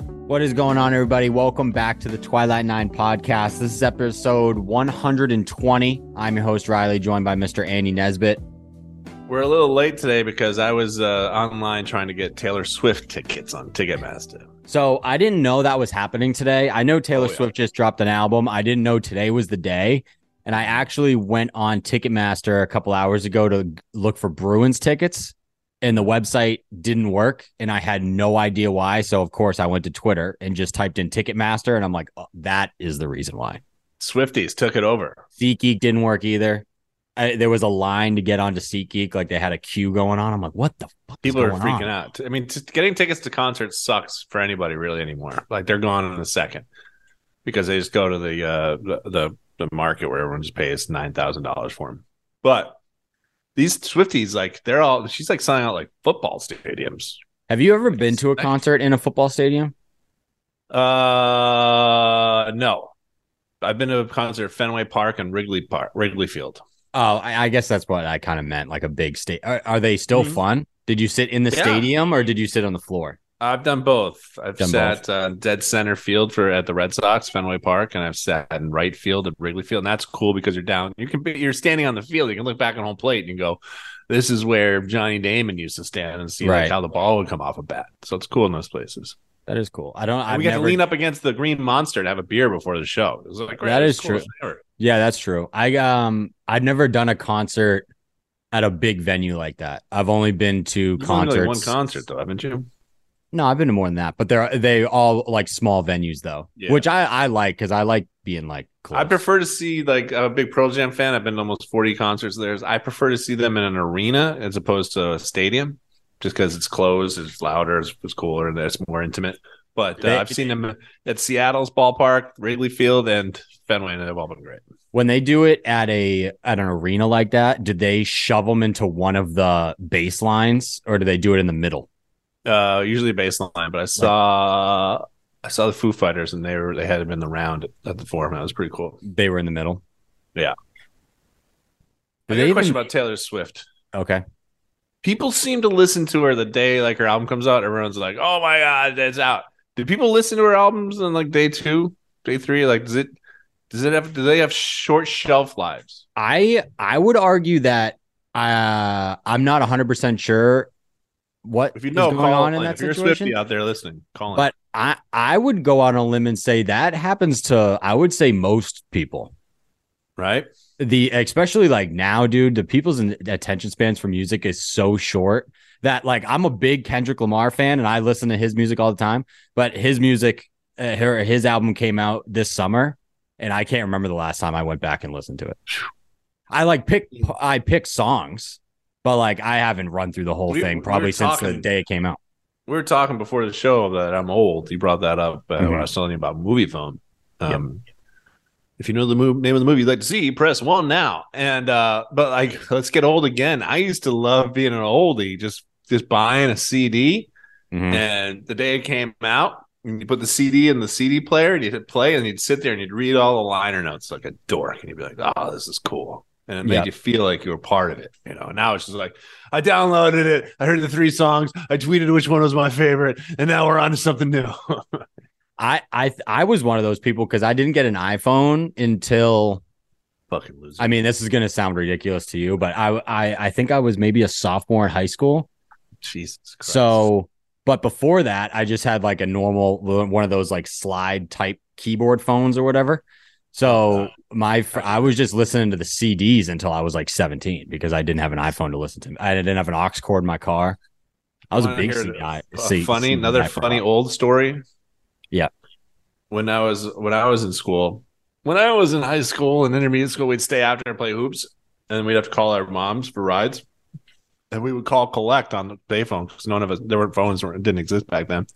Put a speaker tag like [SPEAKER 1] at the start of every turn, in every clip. [SPEAKER 1] What is going on, everybody? Welcome back to the Twilight Nine podcast. This is episode 120. I'm your host, Riley, joined by Mr. Andy Nesbitt.
[SPEAKER 2] We're a little late today because I was uh, online trying to get Taylor Swift tickets on Ticketmaster.
[SPEAKER 1] So I didn't know that was happening today. I know Taylor
[SPEAKER 2] Oh, yeah.
[SPEAKER 1] Swift just dropped an album. I didn't know today was the day. And I actually went on Ticketmaster a couple hours ago to look for Bruins tickets, and the website didn't work. And I had no idea why. So, of course, I went to Twitter and just typed in Ticketmaster. And I'm like, oh, that is the reason why.
[SPEAKER 2] Swifties took it over.
[SPEAKER 1] SeatGeek didn't work either. I, there was a line to get onto SeatGeek, like they had a queue going on. I'm like, what the fuck?
[SPEAKER 2] People
[SPEAKER 1] is
[SPEAKER 2] are
[SPEAKER 1] going
[SPEAKER 2] freaking
[SPEAKER 1] on?
[SPEAKER 2] out. I mean, just getting tickets to concerts sucks for anybody really anymore. Like they're gone in a second because they just go to the uh, the, the the market where everyone just pays nine thousand dollars for them. But these Swifties, like they're all she's like selling out like football stadiums.
[SPEAKER 1] Have you ever been to a concert in a football stadium?
[SPEAKER 2] Uh, no, I've been to a concert at Fenway Park and Wrigley Park, Wrigley Field.
[SPEAKER 1] Oh, I, I guess that's what I kind of meant, like a big state. Are, are they still
[SPEAKER 2] Mhm.
[SPEAKER 1] fun? Did you sit in the
[SPEAKER 2] Yeah.
[SPEAKER 1] stadium or did you sit on the floor?
[SPEAKER 2] I've done both. I've
[SPEAKER 1] Done
[SPEAKER 2] sat Uh, dead center field for at the Red Sox, Fenway Park, and I've sat in right field at Wrigley Field, and that's cool because you're down. You can be you're standing on the field. You can look back on home plate and you go, "This is where Johnny Damon used to stand and see
[SPEAKER 1] Right.
[SPEAKER 2] like, how the ball would come off a bat." So it's cool in those places.
[SPEAKER 1] That is cool. I don't.
[SPEAKER 2] And
[SPEAKER 1] I've
[SPEAKER 2] we got
[SPEAKER 1] never-
[SPEAKER 2] to lean up against the Green Monster to have a beer before the show. It was like
[SPEAKER 1] That
[SPEAKER 2] it was
[SPEAKER 1] is
[SPEAKER 2] cool as ever.
[SPEAKER 1] Yeah, that's true. I um, I've never done a concert at a big venue like that. I've only been to
[SPEAKER 2] You've only
[SPEAKER 1] concerts.
[SPEAKER 2] been to, like, one concert though, haven't you?
[SPEAKER 1] No, I've been to more than that, but they're they all like small venues though,
[SPEAKER 2] Yeah.
[SPEAKER 1] which I I like because I like being like close.
[SPEAKER 2] I prefer to see like I'm a big Pearl Jam fan. I've been to almost 40 concerts of theirs. I prefer to see them in an arena as opposed to a stadium, just because it's closed, it's louder, it's, it's cooler, and it's more intimate. But uh,
[SPEAKER 1] They-
[SPEAKER 2] I've seen them at Seattle's ballpark, Wrigley Field, and Fenway, and they've all been great.
[SPEAKER 1] when they do it at a at an arena like that. Do they shove them into one of the bass lines or do they do it in the middle?
[SPEAKER 2] Uh, usually baseline, but I saw I saw the Foo Fighters, and they were they had them in the round at, at the Forum. That was pretty cool.
[SPEAKER 1] They were in the middle.
[SPEAKER 2] Yeah.
[SPEAKER 1] Do they
[SPEAKER 2] I got a
[SPEAKER 1] even-
[SPEAKER 2] question about Taylor Swift.
[SPEAKER 1] okay.
[SPEAKER 2] people seem to listen to her the day like her album comes out. Everyone's like, "Oh my god, it's out." Do people listen to her albums on like day two, day three? Like, does it does it have do they have short shelf lives?
[SPEAKER 1] I I would argue that uh I'm not 100% sure what
[SPEAKER 2] If you know,
[SPEAKER 1] is going
[SPEAKER 2] call
[SPEAKER 1] on in
[SPEAKER 2] in.
[SPEAKER 1] that
[SPEAKER 2] if you're
[SPEAKER 1] situation.
[SPEAKER 2] Swifty out there listening, call in.
[SPEAKER 1] But I I would go out on a limb and say that happens to I would say most people.
[SPEAKER 2] right?
[SPEAKER 1] the especially like now, dude, the people's in- attention spans for music is so short that like I'm a big Kendrick Lamar fan and I listen to his music all the time, but his music, uh, her, his album came out this summer, and I can't remember the last time I went back and listened to it. I like pick I pick songs, but like I haven't run through the whole
[SPEAKER 2] We-
[SPEAKER 1] thing
[SPEAKER 2] we
[SPEAKER 1] probably
[SPEAKER 2] were
[SPEAKER 1] since the
[SPEAKER 2] talking-
[SPEAKER 1] day it came out.
[SPEAKER 2] We were talking before the show that I'm old. You brought that up uh, when I
[SPEAKER 1] Mhm.
[SPEAKER 2] was telling you about movie film. Um, If you know the mov- name of the movie you'd like to see, press one now. And uh, but like, let's get old again. I used to love being an oldie, just just buying a CD Mm-hmm.
[SPEAKER 1] Mhm.
[SPEAKER 2] And the day it came out, and you put the CD in the CD player, and you'd hit play, and you'd sit there and you'd read all the liner notes like a dork, and you'd be like, "Oh, this is cool," and it made
[SPEAKER 1] Yeah.
[SPEAKER 2] you feel like you were part of it, you know. And now it's just like, I downloaded it, I heard the three songs, I tweeted which one was my favorite, and now we're on to something new.
[SPEAKER 1] I I I was one of those people because I didn't get an iPhone until
[SPEAKER 2] Fucking loser.
[SPEAKER 1] I mean, this is going to sound ridiculous to you, but I, I, I think I was maybe a sophomore in high school.
[SPEAKER 2] Jesus Christ.
[SPEAKER 1] So, but before that, I just had like a normal one of those like slide type keyboard phones or whatever.
[SPEAKER 2] Uh-huh.
[SPEAKER 1] So my, fr- I was just listening to the CDs until I was like 17 because I didn't have an iPhone to listen to. I didn't have an aux cord in my car. I was a
[SPEAKER 2] wanna
[SPEAKER 1] big
[SPEAKER 2] hear
[SPEAKER 1] CD.
[SPEAKER 2] a- a
[SPEAKER 1] C-
[SPEAKER 2] funny,
[SPEAKER 1] CD
[SPEAKER 2] another
[SPEAKER 1] guy for a
[SPEAKER 2] funny
[SPEAKER 1] while.
[SPEAKER 2] old story.
[SPEAKER 1] Yeah.
[SPEAKER 2] When I was when I was in school, when I was in high school and intermediate school, we'd stay after and play hoops, and we'd have to call our moms for rides, and we would call collect on the payphone because none of us there weren't phones weren't- didn't exist back then,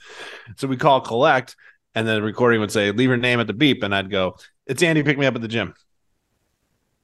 [SPEAKER 2] so we call collect, and then the recording would say leave your name at the beep, and I'd go it's Andy pick me up at the gym.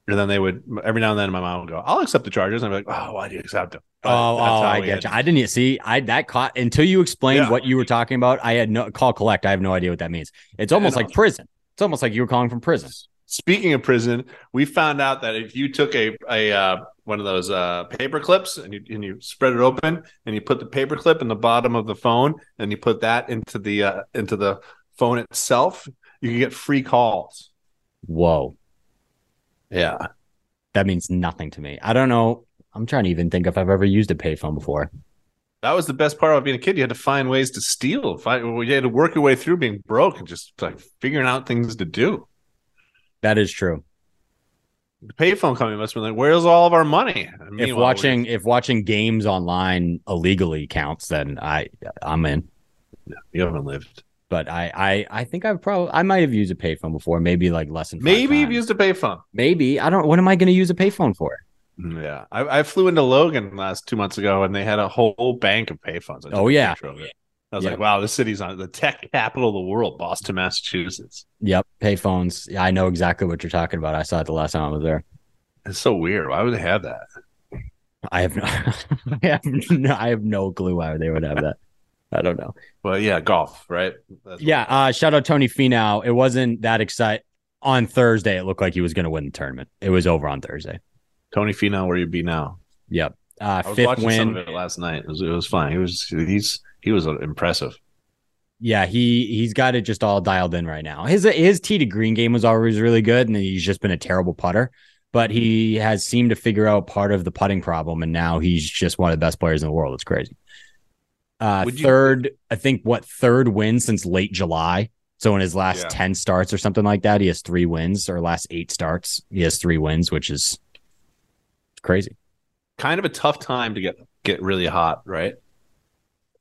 [SPEAKER 2] And then they would every now and then my mom would go, I'll accept the charges. And I'd be like, Oh, why do you accept them? But
[SPEAKER 1] Oh, oh,
[SPEAKER 2] that's how
[SPEAKER 1] I
[SPEAKER 2] we
[SPEAKER 1] get
[SPEAKER 2] had-
[SPEAKER 1] you. I didn't e- see. I that caught until you explained
[SPEAKER 2] Yeah.
[SPEAKER 1] what you were talking about. I had no call collect. I have no idea what that means. It's almost
[SPEAKER 2] know.
[SPEAKER 1] like prison. It's almost like you were calling from prison.
[SPEAKER 2] Speaking of prison, we found out that if you took a a uh, one of those uh, paper clips and you and you spread it open and you put the paper clip in the bottom of the phone and you put that into the uh, into the phone itself, you can get free calls.
[SPEAKER 1] Whoa.
[SPEAKER 2] Yeah,
[SPEAKER 1] That means nothing to me. I don't know. I'm trying to even think if I've ever used a payphone before.
[SPEAKER 2] that was the best part about being a kid. You had to find ways to steal. Find, you had to work your way through being broke and just like figuring out things to do.
[SPEAKER 1] That is true.
[SPEAKER 2] The payphone company must have been like, "Where's all of our money?" And
[SPEAKER 1] if
[SPEAKER 2] meanwhile,
[SPEAKER 1] watching if watching games online illegally counts, then I I'm in.
[SPEAKER 2] we- you haven't lived.
[SPEAKER 1] But I I I think I've probably I might have used a payphone before, maybe like less than five
[SPEAKER 2] Maybe you've
[SPEAKER 1] times.
[SPEAKER 2] used a payphone.
[SPEAKER 1] maybe I don't. What am I going to use a payphone for?
[SPEAKER 2] Mm, Yeah, I, I flew into Logan last two months ago, and they had a whole bank of payphones. I took
[SPEAKER 1] Oh,
[SPEAKER 2] a
[SPEAKER 1] yeah.
[SPEAKER 2] picture of it. I was
[SPEAKER 1] Yeah.
[SPEAKER 2] like, "Wow, this city's on the tech capital of the world, Boston, Massachusetts."
[SPEAKER 1] Yep, payphones. Yeah, I know exactly what you're talking about. I saw it the last time I was there.
[SPEAKER 2] It's so weird. Why would they have that?
[SPEAKER 1] I have no, I have no, I have no clue why they would have that. I don't know.
[SPEAKER 2] Well, yeah, golf, right? That's
[SPEAKER 1] Yeah, uh, shout out Tony Finau. It wasn't that excite on Thursday. It looked like he was going to win the tournament. It was over on Thursday.
[SPEAKER 2] Tony Finau, where you be now?
[SPEAKER 1] Yep, uh,
[SPEAKER 2] I was
[SPEAKER 1] fifth
[SPEAKER 2] watching some
[SPEAKER 1] win.
[SPEAKER 2] of it last night. It was, it was fine. He was he's he was uh, impressive.
[SPEAKER 1] Yeah, he he's got it just all dialed in right now. His his tee to green game was always really good, and he's just been a terrible putter. But he has seemed to figure out part of the putting problem, and now he's just one of the best players in the world. It's crazy. Uh,
[SPEAKER 2] Would you-
[SPEAKER 1] third, I think what third win since late July. So in his last
[SPEAKER 2] Yeah.
[SPEAKER 1] ten starts or something like that, he has three wins. Or last eight starts, he has three wins, which is crazy.
[SPEAKER 2] Kind of a tough time to get get really hot, right?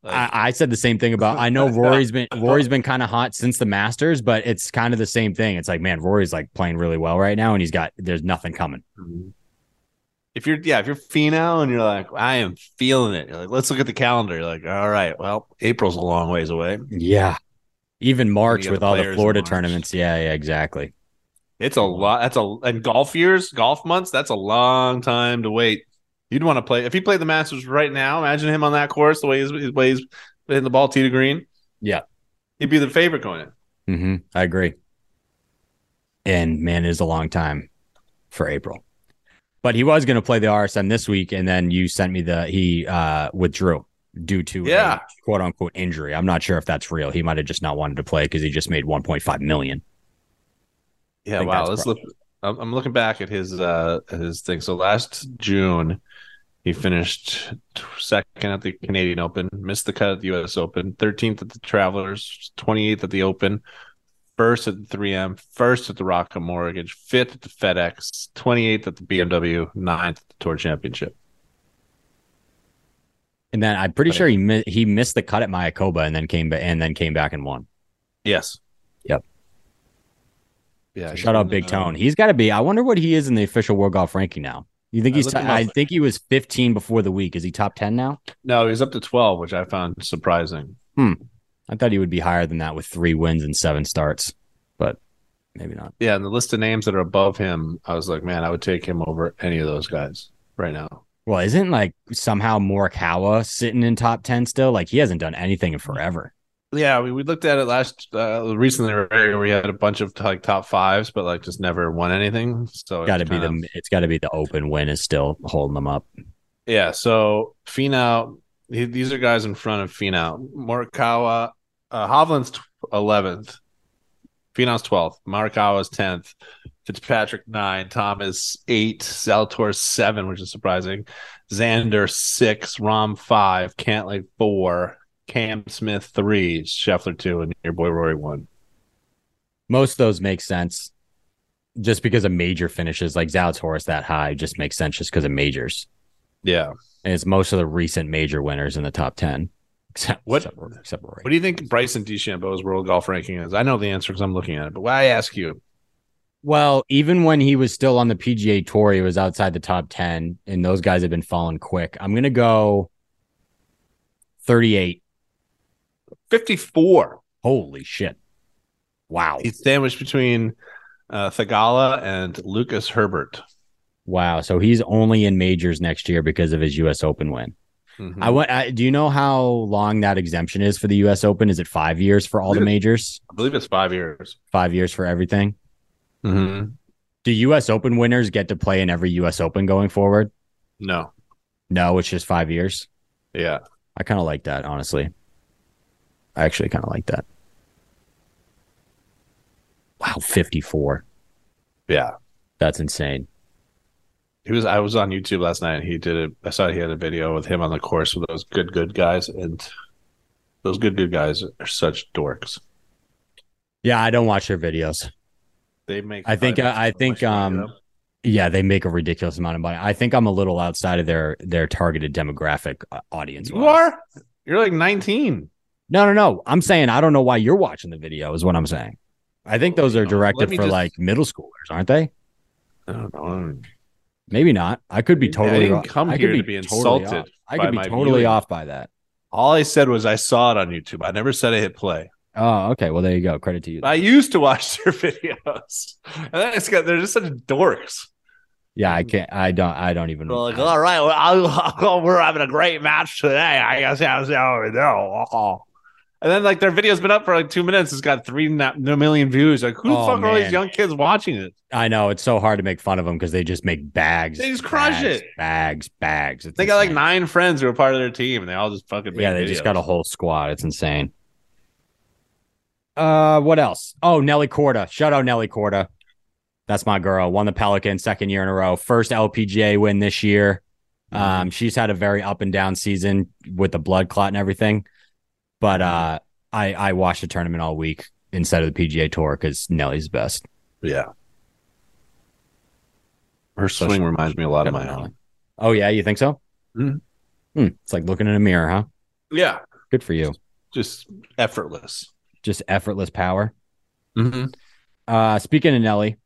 [SPEAKER 2] Like,
[SPEAKER 1] I, I said the same thing about I know Rory's been Rory's been kind of hot since the Masters, but it's kind of the same thing. It's like, man, Rory's like playing really well right now, and he's got there's nothing coming.
[SPEAKER 2] if you're yeah, if you're Finau and you're like, I am feeling it. You're like, let's look at the calendar. You're like, all right, well, April's a long ways away.
[SPEAKER 1] Yeah. Even March
[SPEAKER 2] got
[SPEAKER 1] with
[SPEAKER 2] the
[SPEAKER 1] all the
[SPEAKER 2] players in
[SPEAKER 1] Florida
[SPEAKER 2] March.
[SPEAKER 1] tournaments. Yeah, yeah, exactly.
[SPEAKER 2] It's a lot. That's a and golf years, golf months. That's a long time to wait. You'd want to play if he played the Masters right now. Imagine him on that course, the way he's, the way he's hitting the ball tee to green.
[SPEAKER 1] Yeah.
[SPEAKER 2] he'd be the favorite going in.
[SPEAKER 1] hmm I agree. And man, it is a long time for April. But he was going to play the RSM this week, and then you sent me the he uh withdrew due to a
[SPEAKER 2] Yeah.
[SPEAKER 1] quote unquote injury. I'm not sure if that's real. He might have just not wanted to play because he just made 1.5 million.
[SPEAKER 2] Yeah,
[SPEAKER 1] think
[SPEAKER 2] wow.
[SPEAKER 1] that's
[SPEAKER 2] Let's look. I'm, I'm looking back at his uh at his thing. So last June, he finished t- second at the Canadian Open, missed the cut at the U.S. Open, 13th at the Travelers, 28th at the Open, first at the 3M, first at the Rocket Mortgage, fifth at the FedEx, 28th at the BMW, ninth at the Tour Championship.
[SPEAKER 1] And then I'm pretty
[SPEAKER 2] Right.
[SPEAKER 1] sure he mi- he missed the cut at Mayakoba and then came ba- and then came back and won.
[SPEAKER 2] Yes.
[SPEAKER 1] Yep.
[SPEAKER 2] Yeah. he's
[SPEAKER 1] Shout out
[SPEAKER 2] been,
[SPEAKER 1] Big
[SPEAKER 2] uh,
[SPEAKER 1] Tone. He's got to be. I wonder what he is in the official world golf ranking now. You think
[SPEAKER 2] I
[SPEAKER 1] he's?
[SPEAKER 2] looked
[SPEAKER 1] T-
[SPEAKER 2] him up.
[SPEAKER 1] I think he was 15 before the week. Is he top 10 now?
[SPEAKER 2] No, he's up to 12, which I found surprising.
[SPEAKER 1] I thought he would be higher than that with three wins and seven starts, but maybe not.
[SPEAKER 2] Yeah, and the list of names that are above him, I was like, man, I would take him over any of those guys right now.
[SPEAKER 1] Well, isn't like somehow Morikawa sitting in top 10 still? Like he hasn't done anything in forever.
[SPEAKER 2] Yeah, we, we looked at it last uh, recently. right? We had a bunch of like top fives, but like just never won anything. So
[SPEAKER 1] Got to
[SPEAKER 2] it's
[SPEAKER 1] be
[SPEAKER 2] kinda-
[SPEAKER 1] the. It's got to be the open win is still holding them up.
[SPEAKER 2] yeah. So Finau, he, these are guys in front of Finau. Morikawa, uh, Hovland's eleventh, Finau's twelfth, Morikawa's tenth, Fitzpatrick nine, Thomas eight, Zaltor seven, which is surprising. Xander six, Rom five, Cantley four, Cam Smith three, Scheffler two, and your boy Rory one.
[SPEAKER 1] most of those make sense just because of major finishes like Zalatoris that high just makes sense just because of majors.
[SPEAKER 2] Yeah.
[SPEAKER 1] And it's most of the recent major winners in the top 10. Except
[SPEAKER 2] What-
[SPEAKER 1] Except, for- except for
[SPEAKER 2] What do you think Bryson DeChambeau's world golf ranking is? I know the answer because I'm looking at it, but why I ask you?
[SPEAKER 1] Well, even when he was still on the PGA Tour, he was outside the top 10, and those guys have been falling quick. I'm going to go 38.
[SPEAKER 2] Fifty four.
[SPEAKER 1] Holy shit. Wow.
[SPEAKER 2] He's sandwiched between uh, Thagala and Lucas Herbert.
[SPEAKER 1] Wow. So he's only in majors next year because of his U.S. Open win.
[SPEAKER 2] Mm-hmm.
[SPEAKER 1] I
[SPEAKER 2] Hmm.
[SPEAKER 1] want. I, do you know how long that exemption is for the U.S. Open? Is it five years for all the
[SPEAKER 2] Yeah.
[SPEAKER 1] majors?
[SPEAKER 2] I believe it's five years.
[SPEAKER 1] Five years for everything. Do U.S. Open winners get to play in every U.S. Open going forward?
[SPEAKER 2] No.
[SPEAKER 1] No, it's just five years.
[SPEAKER 2] Yeah.
[SPEAKER 1] I kind of like that, honestly. I actually kind of like that. Wow, 54.
[SPEAKER 2] Yeah.
[SPEAKER 1] That's insane.
[SPEAKER 2] He was. I was on YouTube last night. And he did it. I saw he had a video with him on the course with those good good guys, and those good good guys are such dorks.
[SPEAKER 1] Yeah, I don't watch their videos.
[SPEAKER 2] They make.
[SPEAKER 1] I think- I- I think, um, Yeah, they make a ridiculous amount of money. I think I'm a little outside of their their targeted demographic uh, audience.
[SPEAKER 2] you are. You're like 19.
[SPEAKER 1] No, no, no. I'm saying I don't know why you're watching the video. Is what I'm saying. I think those are
[SPEAKER 2] Let me
[SPEAKER 1] directed for
[SPEAKER 2] just-
[SPEAKER 1] like middle schoolers, aren't they?
[SPEAKER 2] I don't know.
[SPEAKER 1] Maybe not. I could be
[SPEAKER 2] I
[SPEAKER 1] totally.
[SPEAKER 2] didn't
[SPEAKER 1] wrong.
[SPEAKER 2] come
[SPEAKER 1] I could
[SPEAKER 2] here to be
[SPEAKER 1] totally
[SPEAKER 2] insulted
[SPEAKER 1] off. I
[SPEAKER 2] by
[SPEAKER 1] could be
[SPEAKER 2] my
[SPEAKER 1] totally
[SPEAKER 2] viewing.
[SPEAKER 1] off by that.
[SPEAKER 2] All I said was I saw it on YouTube. I never said I hit play.
[SPEAKER 1] Oh, okay. Well, there you go. Credit to you.
[SPEAKER 2] I used to watch their videos, and then it's got they're just such dorks.
[SPEAKER 1] yeah, I can't. I don't. I don't even.
[SPEAKER 2] They're like, all right, well, I'll, we're having a great match today. I guess I'll see how we do. Oh. And then like their video's been up for like two minutes. It's got three na- no million views. Like who the
[SPEAKER 1] Oh,
[SPEAKER 2] fuck are all
[SPEAKER 1] man.
[SPEAKER 2] these young kids watching it?
[SPEAKER 1] I know it's so hard to make fun of them because they just make bags.
[SPEAKER 2] They just crush
[SPEAKER 1] bags,
[SPEAKER 2] it.
[SPEAKER 1] Bags, bags. It's
[SPEAKER 2] They got like
[SPEAKER 1] insane.
[SPEAKER 2] nine friends who are part of their team, and they all just fucking make
[SPEAKER 1] Yeah, they just
[SPEAKER 2] videos.
[SPEAKER 1] got a whole squad. It's insane. Uh, what else? Oh, Nelly Corda. Shout out Nelly Corda. That's my girl. Won the Pelican second year in a row. First LPGA win this year. Um, she's had a very up and down season with the blood clot and everything. But uh, I I watched the tournament all week instead of the PGA Tour because Nelly's the best.
[SPEAKER 2] yeah. Her swing reminds me a lot of my own.
[SPEAKER 1] Oh yeah, you think so?
[SPEAKER 2] Mhm.
[SPEAKER 1] Hmm, it's like looking in a mirror, huh?
[SPEAKER 2] Yeah,
[SPEAKER 1] Good for you.
[SPEAKER 2] just effortless.
[SPEAKER 1] Just effortless power.
[SPEAKER 2] Mm-hmm.
[SPEAKER 1] Uh, speaking of Nelly,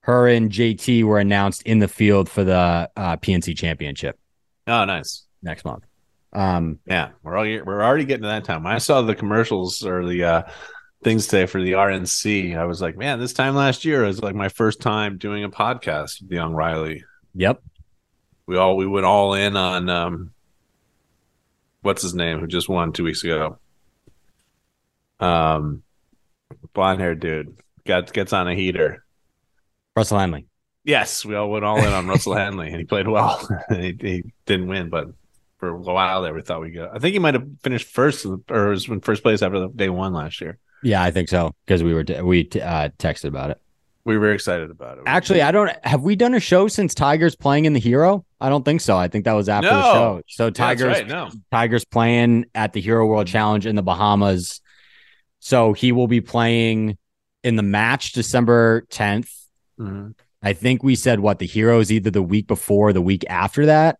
[SPEAKER 1] her and JT were announced in the field for the uh, PNC Championship
[SPEAKER 2] Oh, nice.
[SPEAKER 1] next month. Um,
[SPEAKER 2] Yeah, we're all we're already getting to that time. I saw the commercials or the uh, things today for the RNC. I was like, man, this time last year was like my first time doing a podcast with Young Riley.
[SPEAKER 1] yep.
[SPEAKER 2] We all we went all in on um, what's his name who just won two weeks ago. Um, blonde haired dude got gets on a heater.
[SPEAKER 1] Russell Henley.
[SPEAKER 2] Yes, we all went all in on Russell Henley, and he played well. he, he didn't win, but for a while there, we thought we go. I think he might have finished first, or was in first place after the day one last year.
[SPEAKER 1] Yeah, I think so because we were t- we t- uh, texted about it.
[SPEAKER 2] We were excited about it.
[SPEAKER 1] Actually, I don't have we done a show since Tiger's playing in the Hero. I don't think so. I think that was after the
[SPEAKER 2] No.
[SPEAKER 1] show. So
[SPEAKER 2] Yeah, that's
[SPEAKER 1] Tiger's
[SPEAKER 2] right, no,
[SPEAKER 1] Tiger's playing at the Hero World Challenge in the Bahamas. So he will be playing in the match December 10th.
[SPEAKER 2] Mhm.
[SPEAKER 1] I think we said what the hero is either the week before, or the week after that,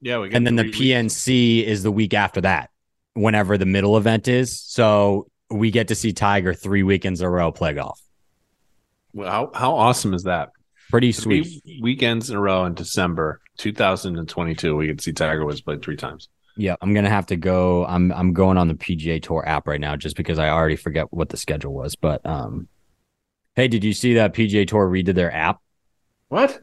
[SPEAKER 2] yeah, we got
[SPEAKER 1] and then the
[SPEAKER 2] three weeks.
[SPEAKER 1] PNC is the week after that, whenever the middle event is. So we get to see Tiger three weekends in a row play golf.
[SPEAKER 2] Well, how, how awesome is that?
[SPEAKER 1] Pretty
[SPEAKER 2] Three
[SPEAKER 1] sweet.
[SPEAKER 2] weekends in a row in December 2022, we could see Tiger Woods played three times.
[SPEAKER 1] Yeah, I'm gonna have to go. I'm I'm going on the PGA Tour app right now just because I already forget what the schedule was. But um, hey, did you see that PGA Tour redid their app?
[SPEAKER 2] What?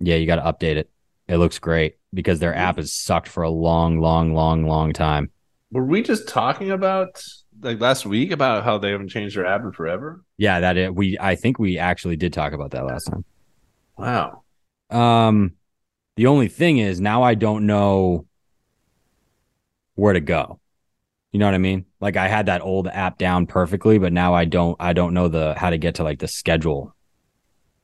[SPEAKER 1] Yeah, you got to update it. It looks great because their app has sucked for a long, long, long, long time.
[SPEAKER 2] Were we just talking about like last week about how they haven't changed their app in forever?
[SPEAKER 1] Yeah, that it, we I think we actually did talk about that last time.
[SPEAKER 2] Wow.
[SPEAKER 1] Um, the only thing is now I don't know where to go. You know what I mean? Like I had that old app down perfectly, but now I don't. I don't know the how to get to like the schedule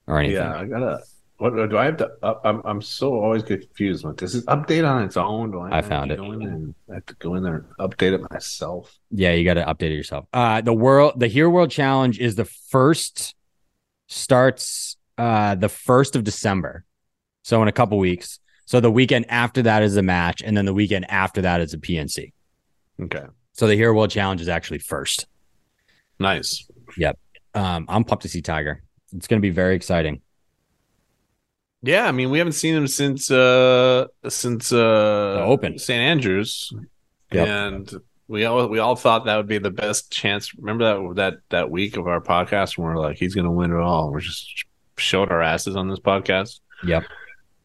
[SPEAKER 1] or anything.
[SPEAKER 2] Yeah, I gotta. What do I have to? Up, I'm I'm so always confused. Like, does it update on its own? Do
[SPEAKER 1] I found
[SPEAKER 2] have to
[SPEAKER 1] it.
[SPEAKER 2] Go in and, I have to go in there and update it myself.
[SPEAKER 1] Yeah, you got to update it yourself. Uh, the world, the Hero World Challenge is the first starts uh the first of December, so in a couple weeks. So the weekend after that is a match, and then the weekend after that is a PNC.
[SPEAKER 2] Okay,
[SPEAKER 1] So the Hero World Challenge is actually first.
[SPEAKER 2] nice.
[SPEAKER 1] Um, I'm pumped to see Tiger. It's going to be very exciting.
[SPEAKER 2] Yeah, I mean we haven't seen him since uh since uh
[SPEAKER 1] Open.
[SPEAKER 2] St Andrews,
[SPEAKER 1] Yep.
[SPEAKER 2] and we all we all thought that would be the best chance. Remember that that that week of our podcast when we are like he's gonna win it all. We're just showed our asses on this podcast.
[SPEAKER 1] Yep.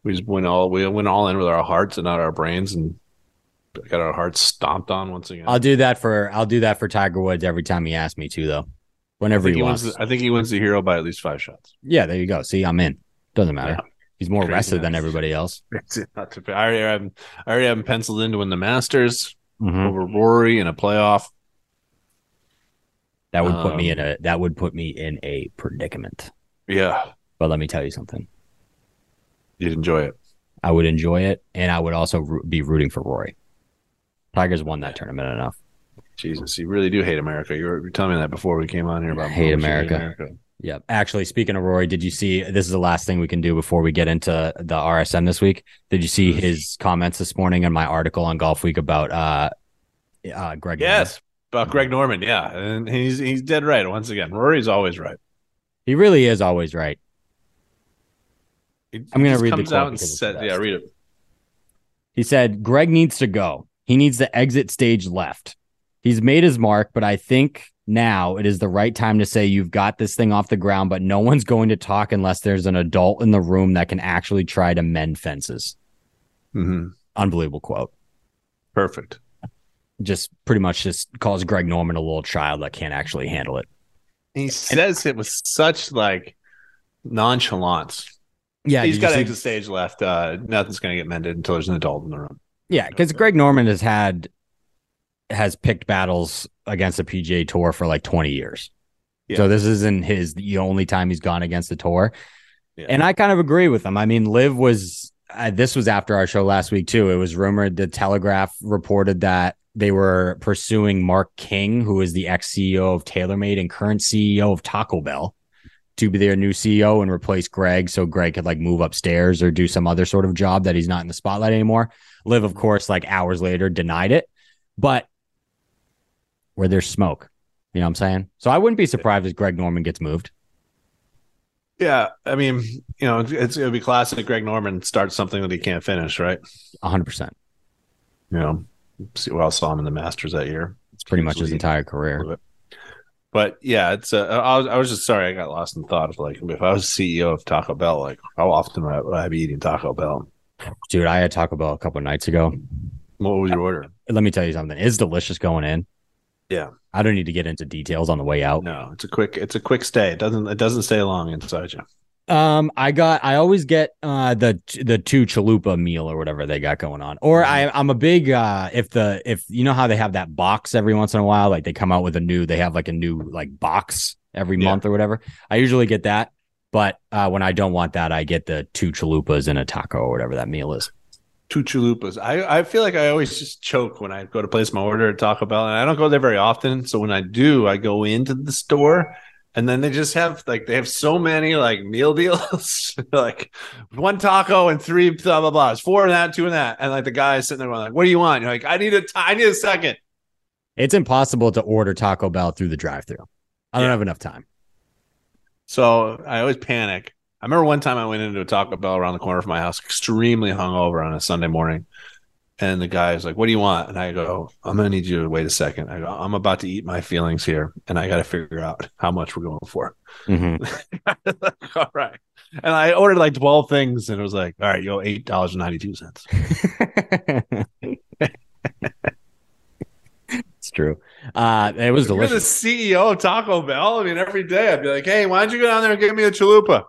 [SPEAKER 2] We just went all we went all in with our hearts and not our brains and got our hearts stomped on once again.
[SPEAKER 1] I'll do that for I'll do that for Tiger Woods every time he asks me to, though.
[SPEAKER 2] I
[SPEAKER 1] whenever
[SPEAKER 2] think
[SPEAKER 1] he
[SPEAKER 2] he
[SPEAKER 1] wants.
[SPEAKER 2] wins. The, I think he wins the hero by at least five shots.
[SPEAKER 1] yeah, there you go. See, I'm in. Doesn't matter.
[SPEAKER 2] Yeah.
[SPEAKER 1] He's more
[SPEAKER 2] Crazy
[SPEAKER 1] rested than
[SPEAKER 2] nuts.
[SPEAKER 1] everybody else.
[SPEAKER 2] Not to, I already have, I already have him penciled in to win the Masters
[SPEAKER 1] Mhm.
[SPEAKER 2] over Rory in a playoff.
[SPEAKER 1] That would put me
[SPEAKER 2] Um,
[SPEAKER 1] in a that would put me in a predicament.
[SPEAKER 2] Yeah,
[SPEAKER 1] But let me tell you something.
[SPEAKER 2] you'd enjoy it.
[SPEAKER 1] I would enjoy it, and I would also ro- be rooting for Rory. Tigers won that tournament enough.
[SPEAKER 2] Jesus, you really do hate America. You were, you were telling me that before we came on here about
[SPEAKER 1] I
[SPEAKER 2] how
[SPEAKER 1] hate
[SPEAKER 2] much you
[SPEAKER 1] America. Yeah. Actually, speaking of Rory, did you see? This is the last thing we can do before we get into the RSM this week. Did you see
[SPEAKER 2] Mm-hmm.
[SPEAKER 1] his comments this morning in my article on Golf Week about uh, uh Greg? Norman?
[SPEAKER 2] Yes, about Greg Norman. Yeah, and he's he's dead right once again. Rory's always right.
[SPEAKER 1] he really is always right.
[SPEAKER 2] He-
[SPEAKER 1] I'm
[SPEAKER 2] he
[SPEAKER 1] gonna
[SPEAKER 2] just
[SPEAKER 1] read the
[SPEAKER 2] comes
[SPEAKER 1] quote
[SPEAKER 2] out and
[SPEAKER 1] because it's
[SPEAKER 2] said,
[SPEAKER 1] the
[SPEAKER 2] "Yeah,
[SPEAKER 1] best.
[SPEAKER 2] read it."
[SPEAKER 1] He said, Greg needs to go. He needs the exit stage left. He's made his mark, but I think now it is the right time to say you've got this thing off the ground, but no one's going to talk unless there's an adult in the room that can actually try to mend fences.
[SPEAKER 2] hmm
[SPEAKER 1] Unbelievable quote.
[SPEAKER 2] Perfect.
[SPEAKER 1] Just pretty much just calls Greg Norman a little child that can't actually handle it.
[SPEAKER 2] He says it with such like nonchalance.
[SPEAKER 1] Yeah,
[SPEAKER 2] he's
[SPEAKER 1] did you
[SPEAKER 2] got
[SPEAKER 1] see-
[SPEAKER 2] exit stage left. Uh, nothing's going to get mended until there's an adult in the room.
[SPEAKER 1] Yeah, because Greg Norman has had has picked battles against the PGA Tour for like twenty years.
[SPEAKER 2] Yeah.
[SPEAKER 1] So this isn't his the only time he's gone against the tour,
[SPEAKER 2] Yeah.
[SPEAKER 1] and I kind of agree with him. I mean, Liv was uh, this was after our show last week too. It was rumored the Telegraph reported that they were pursuing Mark King, who is the ex CEO of TaylorMade and current CEO of Taco Bell, to be their new CEO and replace Greg, so Greg could like move upstairs or do some other sort of job that he's not in the spotlight anymore. Liv, of course, like hours later denied it, but where there's smoke, you know what I'm saying? So I wouldn't be surprised if Greg Norman gets moved.
[SPEAKER 2] Yeah, I mean, you know, it's, it's going to be classic. Greg Norman starts something that he can't finish, right?
[SPEAKER 1] 100%.
[SPEAKER 2] You know, see what I saw him in the Masters that year.
[SPEAKER 1] It's pretty much his
[SPEAKER 2] Easily.
[SPEAKER 1] entire career.
[SPEAKER 2] But yeah, it's. Uh, I, was, I was just sorry I got lost in thought of like if I was CEO of Taco Bell, like how often would I, would I be eating Taco Bell?
[SPEAKER 1] Dude, I had Taco Bell a couple nights ago.
[SPEAKER 2] What was your order?
[SPEAKER 1] Let me tell you something. It's delicious going in.
[SPEAKER 2] Yeah.
[SPEAKER 1] I don't need to get into details on the way out.
[SPEAKER 2] No, it's a quick. It's a quick stay. It doesn't. It doesn't stay long inside you.
[SPEAKER 1] Um, I got I always get uh the the two chalupa meal or whatever they got going on. Or I I'm a big uh if the if you know how they have that box every once in a while, like they come out with a new they have like a new like box every
[SPEAKER 2] Yeah.
[SPEAKER 1] month or whatever. I usually get that, but uh when I don't want that, I get the two chalupas and a taco or whatever that meal is.
[SPEAKER 2] Two chalupas. I, I feel like I always just choke when I go to place my order at Taco Bell, and I don't go there very often. So when I do, I go into the store, and then they just have like they have so many like meal deals, like one taco and three blah blah blahs, four of that, two of that, and like the guy is sitting there going like, "What do you want?" You're like, "I need a, t- I need a second.
[SPEAKER 1] It's impossible to order Taco Bell through the drive-thru. I don't
[SPEAKER 2] Yeah.
[SPEAKER 1] have enough time.
[SPEAKER 2] So I always panic. I remember one time I went into a Taco Bell around the corner from my house, extremely hungover on a Sunday morning. And the guy was like, What do you want? And I go, I'm going to need you to wait a second. I go, I'm about to eat my feelings here. And I got to figure out how much we're going for.
[SPEAKER 1] Mm-hmm.
[SPEAKER 2] Like, All right. And I ordered like 12 things and it was like, All right, you owe $8.92.
[SPEAKER 1] it's true. Uh it was
[SPEAKER 2] If You're the
[SPEAKER 1] delicious.
[SPEAKER 2] CEO of Taco Bell. I mean, every day I'd be like, Hey, why don't you go down there and get me a chalupa?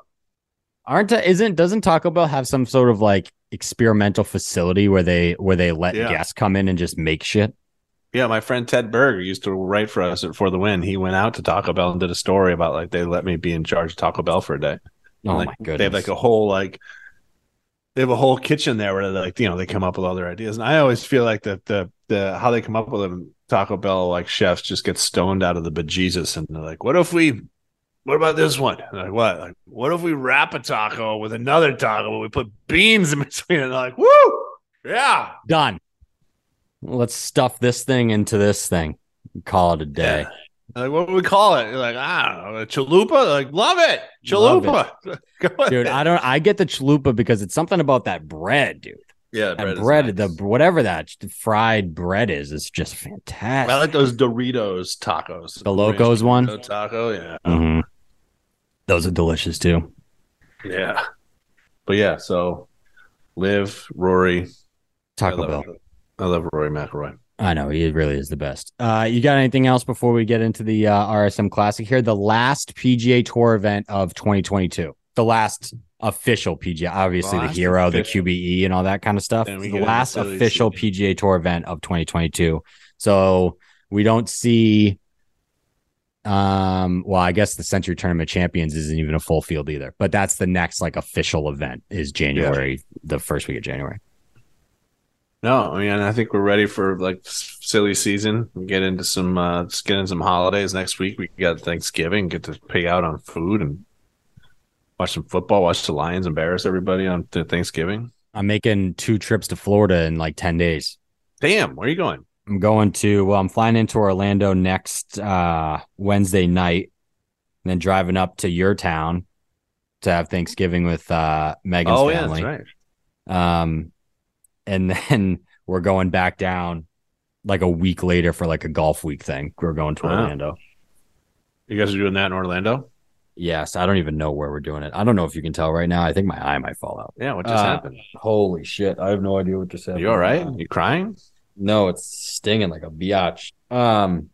[SPEAKER 1] aren't isn't doesn't Taco Bell have some sort of like experimental facility where they where they let
[SPEAKER 2] Yeah.
[SPEAKER 1] guests come in and just make shit?
[SPEAKER 2] Yeah, my friend Ted Berg who used to write for us at For the Win. He went out to Taco Bell and did a story about like they let me be in charge of Taco Bell for a day.
[SPEAKER 1] Oh
[SPEAKER 2] like,
[SPEAKER 1] my goodness!
[SPEAKER 2] They have like a whole like they have a whole kitchen there where they like you know they come up with all their ideas. And I always feel like the the the how they come up with them Taco Bell like chefs just get stoned out of the bejesus and they're like, what if we what about this one? And they're like what? Like what if we wrap a taco with another taco? We put beans in between, and they're like, woo, yeah,
[SPEAKER 1] done. Let's stuff this thing into this thing. and Call it a day.
[SPEAKER 2] Like what would we call it? You're like I don't know, a chalupa. Like love it,
[SPEAKER 1] Love it.
[SPEAKER 2] chalupa. Go with
[SPEAKER 1] Dude,
[SPEAKER 2] it.
[SPEAKER 1] I don't. I get the chalupa because it's something about that bread, dude.
[SPEAKER 2] yeah,
[SPEAKER 1] That
[SPEAKER 2] is
[SPEAKER 1] bread,
[SPEAKER 2] nice.
[SPEAKER 1] the whatever that fried bread is, it's just fantastic.
[SPEAKER 2] I like those Doritos tacos.
[SPEAKER 1] the locos one.
[SPEAKER 2] Dorito taco, yeah,
[SPEAKER 1] Mhm. Those are delicious too.
[SPEAKER 2] yeah. But yeah, so Liv, Rory, I
[SPEAKER 1] Taco
[SPEAKER 2] love-
[SPEAKER 1] Bell.
[SPEAKER 2] I love Rory McIlroy.
[SPEAKER 1] I know he really is the best. Uh, you got anything else before we get into the uh, RSM Classic here? The last PGA Tour event of 2022, the last official PGA, obviously the
[SPEAKER 2] Last
[SPEAKER 1] Hero,
[SPEAKER 2] official.
[SPEAKER 1] the QBE, and all that kind of stuff.
[SPEAKER 2] Then we
[SPEAKER 1] The
[SPEAKER 2] get into
[SPEAKER 1] last
[SPEAKER 2] silly
[SPEAKER 1] official
[SPEAKER 2] season.
[SPEAKER 1] PGA Tour event of 2022. So we don't see. Um. Well, I guess the Century Tournament Champions isn't even a full field either, but that's the next like official event is January, the first week of January.
[SPEAKER 2] No, I mean I think we're ready for like s- silly season. We get into some uh just get in some holidays next week. We got Thanksgiving, get to pay out on food and watch some football, watch the Lions embarrass everybody on th- Thanksgiving.
[SPEAKER 1] I'm making two trips to Florida in like ten days.
[SPEAKER 2] Damn, where are you going?
[SPEAKER 1] I'm going to well, I'm flying into Orlando next uh Wednesday night and then driving up to your town to have Thanksgiving with uh Megan's
[SPEAKER 2] oh yeah,
[SPEAKER 1] family.
[SPEAKER 2] that's right.
[SPEAKER 1] Um and then we're going back down like a week later for like a golf week thing. We're going to
[SPEAKER 2] Wow.
[SPEAKER 1] Orlando.
[SPEAKER 2] You guys are doing that in Orlando?
[SPEAKER 1] Yes, I don't even know where we're doing it. I don't know if you can tell right now. I think my eye might fall out.
[SPEAKER 2] Yeah, what just
[SPEAKER 1] Uh,
[SPEAKER 2] happened?
[SPEAKER 1] Holy shit. I have no idea what just happened.
[SPEAKER 2] You all right? You crying?
[SPEAKER 1] No, it's stinging like a biatch. Um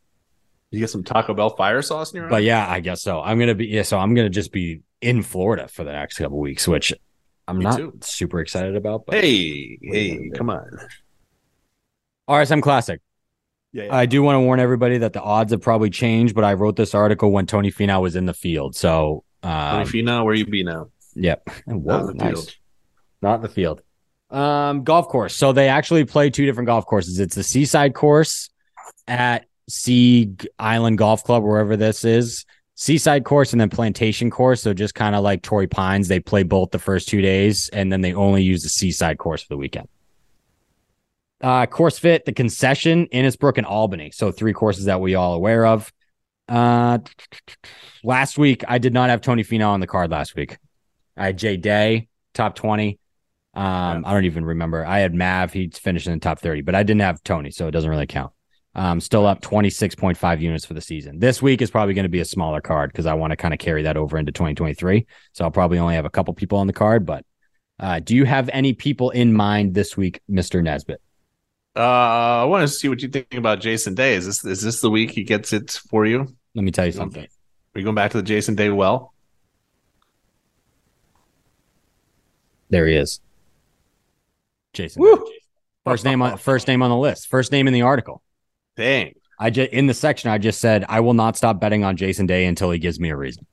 [SPEAKER 2] You get some Taco Bell fire sauce in your
[SPEAKER 1] But yeah, I guess so. I'm gonna be yeah, so I'm gonna just be in Florida for the next couple weeks, which I'm
[SPEAKER 2] Me
[SPEAKER 1] not
[SPEAKER 2] too.
[SPEAKER 1] super excited about. But
[SPEAKER 2] Hey,
[SPEAKER 1] What are you
[SPEAKER 2] hey,
[SPEAKER 1] gonna do?
[SPEAKER 2] come on.
[SPEAKER 1] RSM Classic.
[SPEAKER 2] Yeah,
[SPEAKER 1] I do want to warn everybody that the odds have probably changed, but I wrote this article when Tony Finau was in the field. So um,
[SPEAKER 2] if you know where you be now.
[SPEAKER 1] yep, And whoa,
[SPEAKER 2] Out in the
[SPEAKER 1] nice.
[SPEAKER 2] field.
[SPEAKER 1] not in the field. Um, golf course. So they actually play two different golf courses. It's the Seaside course at Sea Island Golf Club, wherever this is. Seaside course and then Plantation course. So just kind of like Torrey Pines, they play both the first two days, and then they only use the Seaside course for the weekend. Uh, course fit the concession Innisbrook and Albany. So three courses that we all aware of. Uh, last week I did not have Tony Finau on the card. Last week I had Jay Day top twenty. Um, I don't even remember. I had Mav. He's finishing in the top thirty, but I didn't have Tony, so it doesn't really count. Um, still up twenty six point five units for the season. This week is probably going to be a smaller card because I want to kind of carry that over into twenty twenty three. So I'll probably only have a couple people on the card. But uh, do you have any people in mind this week, Mister Nesbitt?
[SPEAKER 2] Uh, I want to see what you think about Jason Day. Is this is this the week he gets it for you? Are
[SPEAKER 1] Let me tell you something.
[SPEAKER 2] you going back to the Jason Day well?
[SPEAKER 1] There he is. Jason.
[SPEAKER 2] Woo!
[SPEAKER 1] First name on first name on the list. First name in the article.
[SPEAKER 2] Dang.
[SPEAKER 1] I just in the section I just said I will not stop betting on Jason Day until he gives me a reason.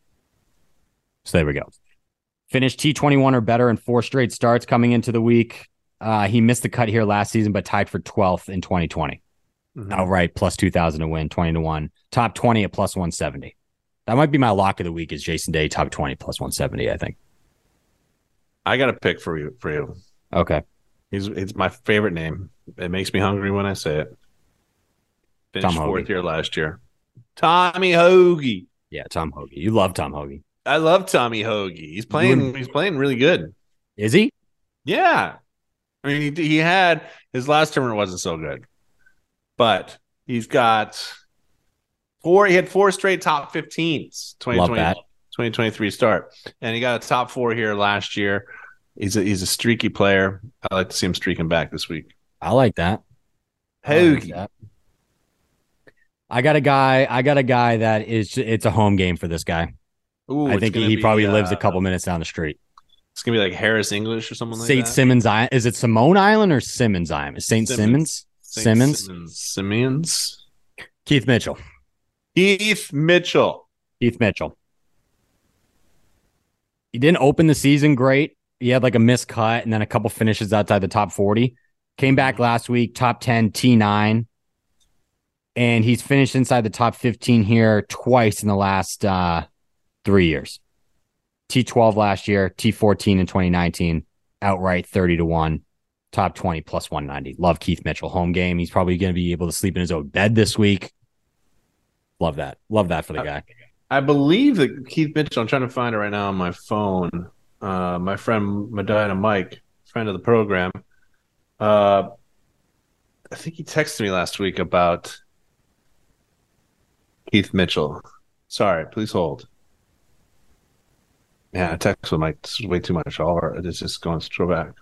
[SPEAKER 1] So there we go. Finished T21 or better in four straight starts coming into the week. Uh, he missed the cut here last season, but tied for 12th in 2020. outright plus 2000 to win 20 to 1 top 20 at plus 170 that might be my lock of the week is jason day top 20 plus 170 i think
[SPEAKER 2] I got a pick for you for you.
[SPEAKER 1] okay
[SPEAKER 2] He's it's my favorite name. It makes me hungry when I say it. Finished
[SPEAKER 1] Tom Hoagie.
[SPEAKER 2] fourth here last year. Tommy Hoagie.
[SPEAKER 1] yeah tom hoagie you love tom hoagie
[SPEAKER 2] I love Tommy Hoagie. He's playing
[SPEAKER 1] Doing-
[SPEAKER 2] he's playing really good.
[SPEAKER 1] is he
[SPEAKER 2] Yeah. I mean, he, he had his last tournament wasn't so good, but he's got four. He had four straight top 15s, 2020,
[SPEAKER 1] that.
[SPEAKER 2] 2023 start. And he got a top four here last year. He's a, he's a streaky player. I like to see him streaking back this week.
[SPEAKER 1] i like that I like
[SPEAKER 2] Hoagie.
[SPEAKER 1] that. i got a guy i got a guy that is it's a home game for this guy
[SPEAKER 2] Ooh,
[SPEAKER 1] i
[SPEAKER 2] it's
[SPEAKER 1] think
[SPEAKER 2] gonna
[SPEAKER 1] he
[SPEAKER 2] be,
[SPEAKER 1] probably lives
[SPEAKER 2] uh,
[SPEAKER 1] a couple minutes down the street
[SPEAKER 2] It's going to be like Harris English or something like
[SPEAKER 1] st
[SPEAKER 2] that.
[SPEAKER 1] simmons island is it simone island or simmons island is st simmons
[SPEAKER 2] Simmons.
[SPEAKER 1] simmons,
[SPEAKER 2] Simmons. Simmons.
[SPEAKER 1] keith mitchell
[SPEAKER 2] Keith Mitchell.
[SPEAKER 1] Keith Mitchell. He didn't open the season great. He had like a missed cut and then a couple finishes outside the top 40. Came back last week, top 10, T9. And he's finished inside the top 15 here twice in the last uh, three years. T12 last year, T14 in 2019, outright 30 to 1, top 20 plus 190. Love Keith Mitchell. Home game. He's probably going to be able to sleep in his own bed this week. Love that. Love that for the
[SPEAKER 2] I-
[SPEAKER 1] guy.
[SPEAKER 2] I believe that Keith Mitchell. I'm trying to find it right now on my phone. Uh, my friend Medina Mike, friend of the program. Uh, I think he texted me last week about Keith Mitchell. Sorry, please hold. Yeah, I text with Mike. This is way too much. All our, it's just going so back.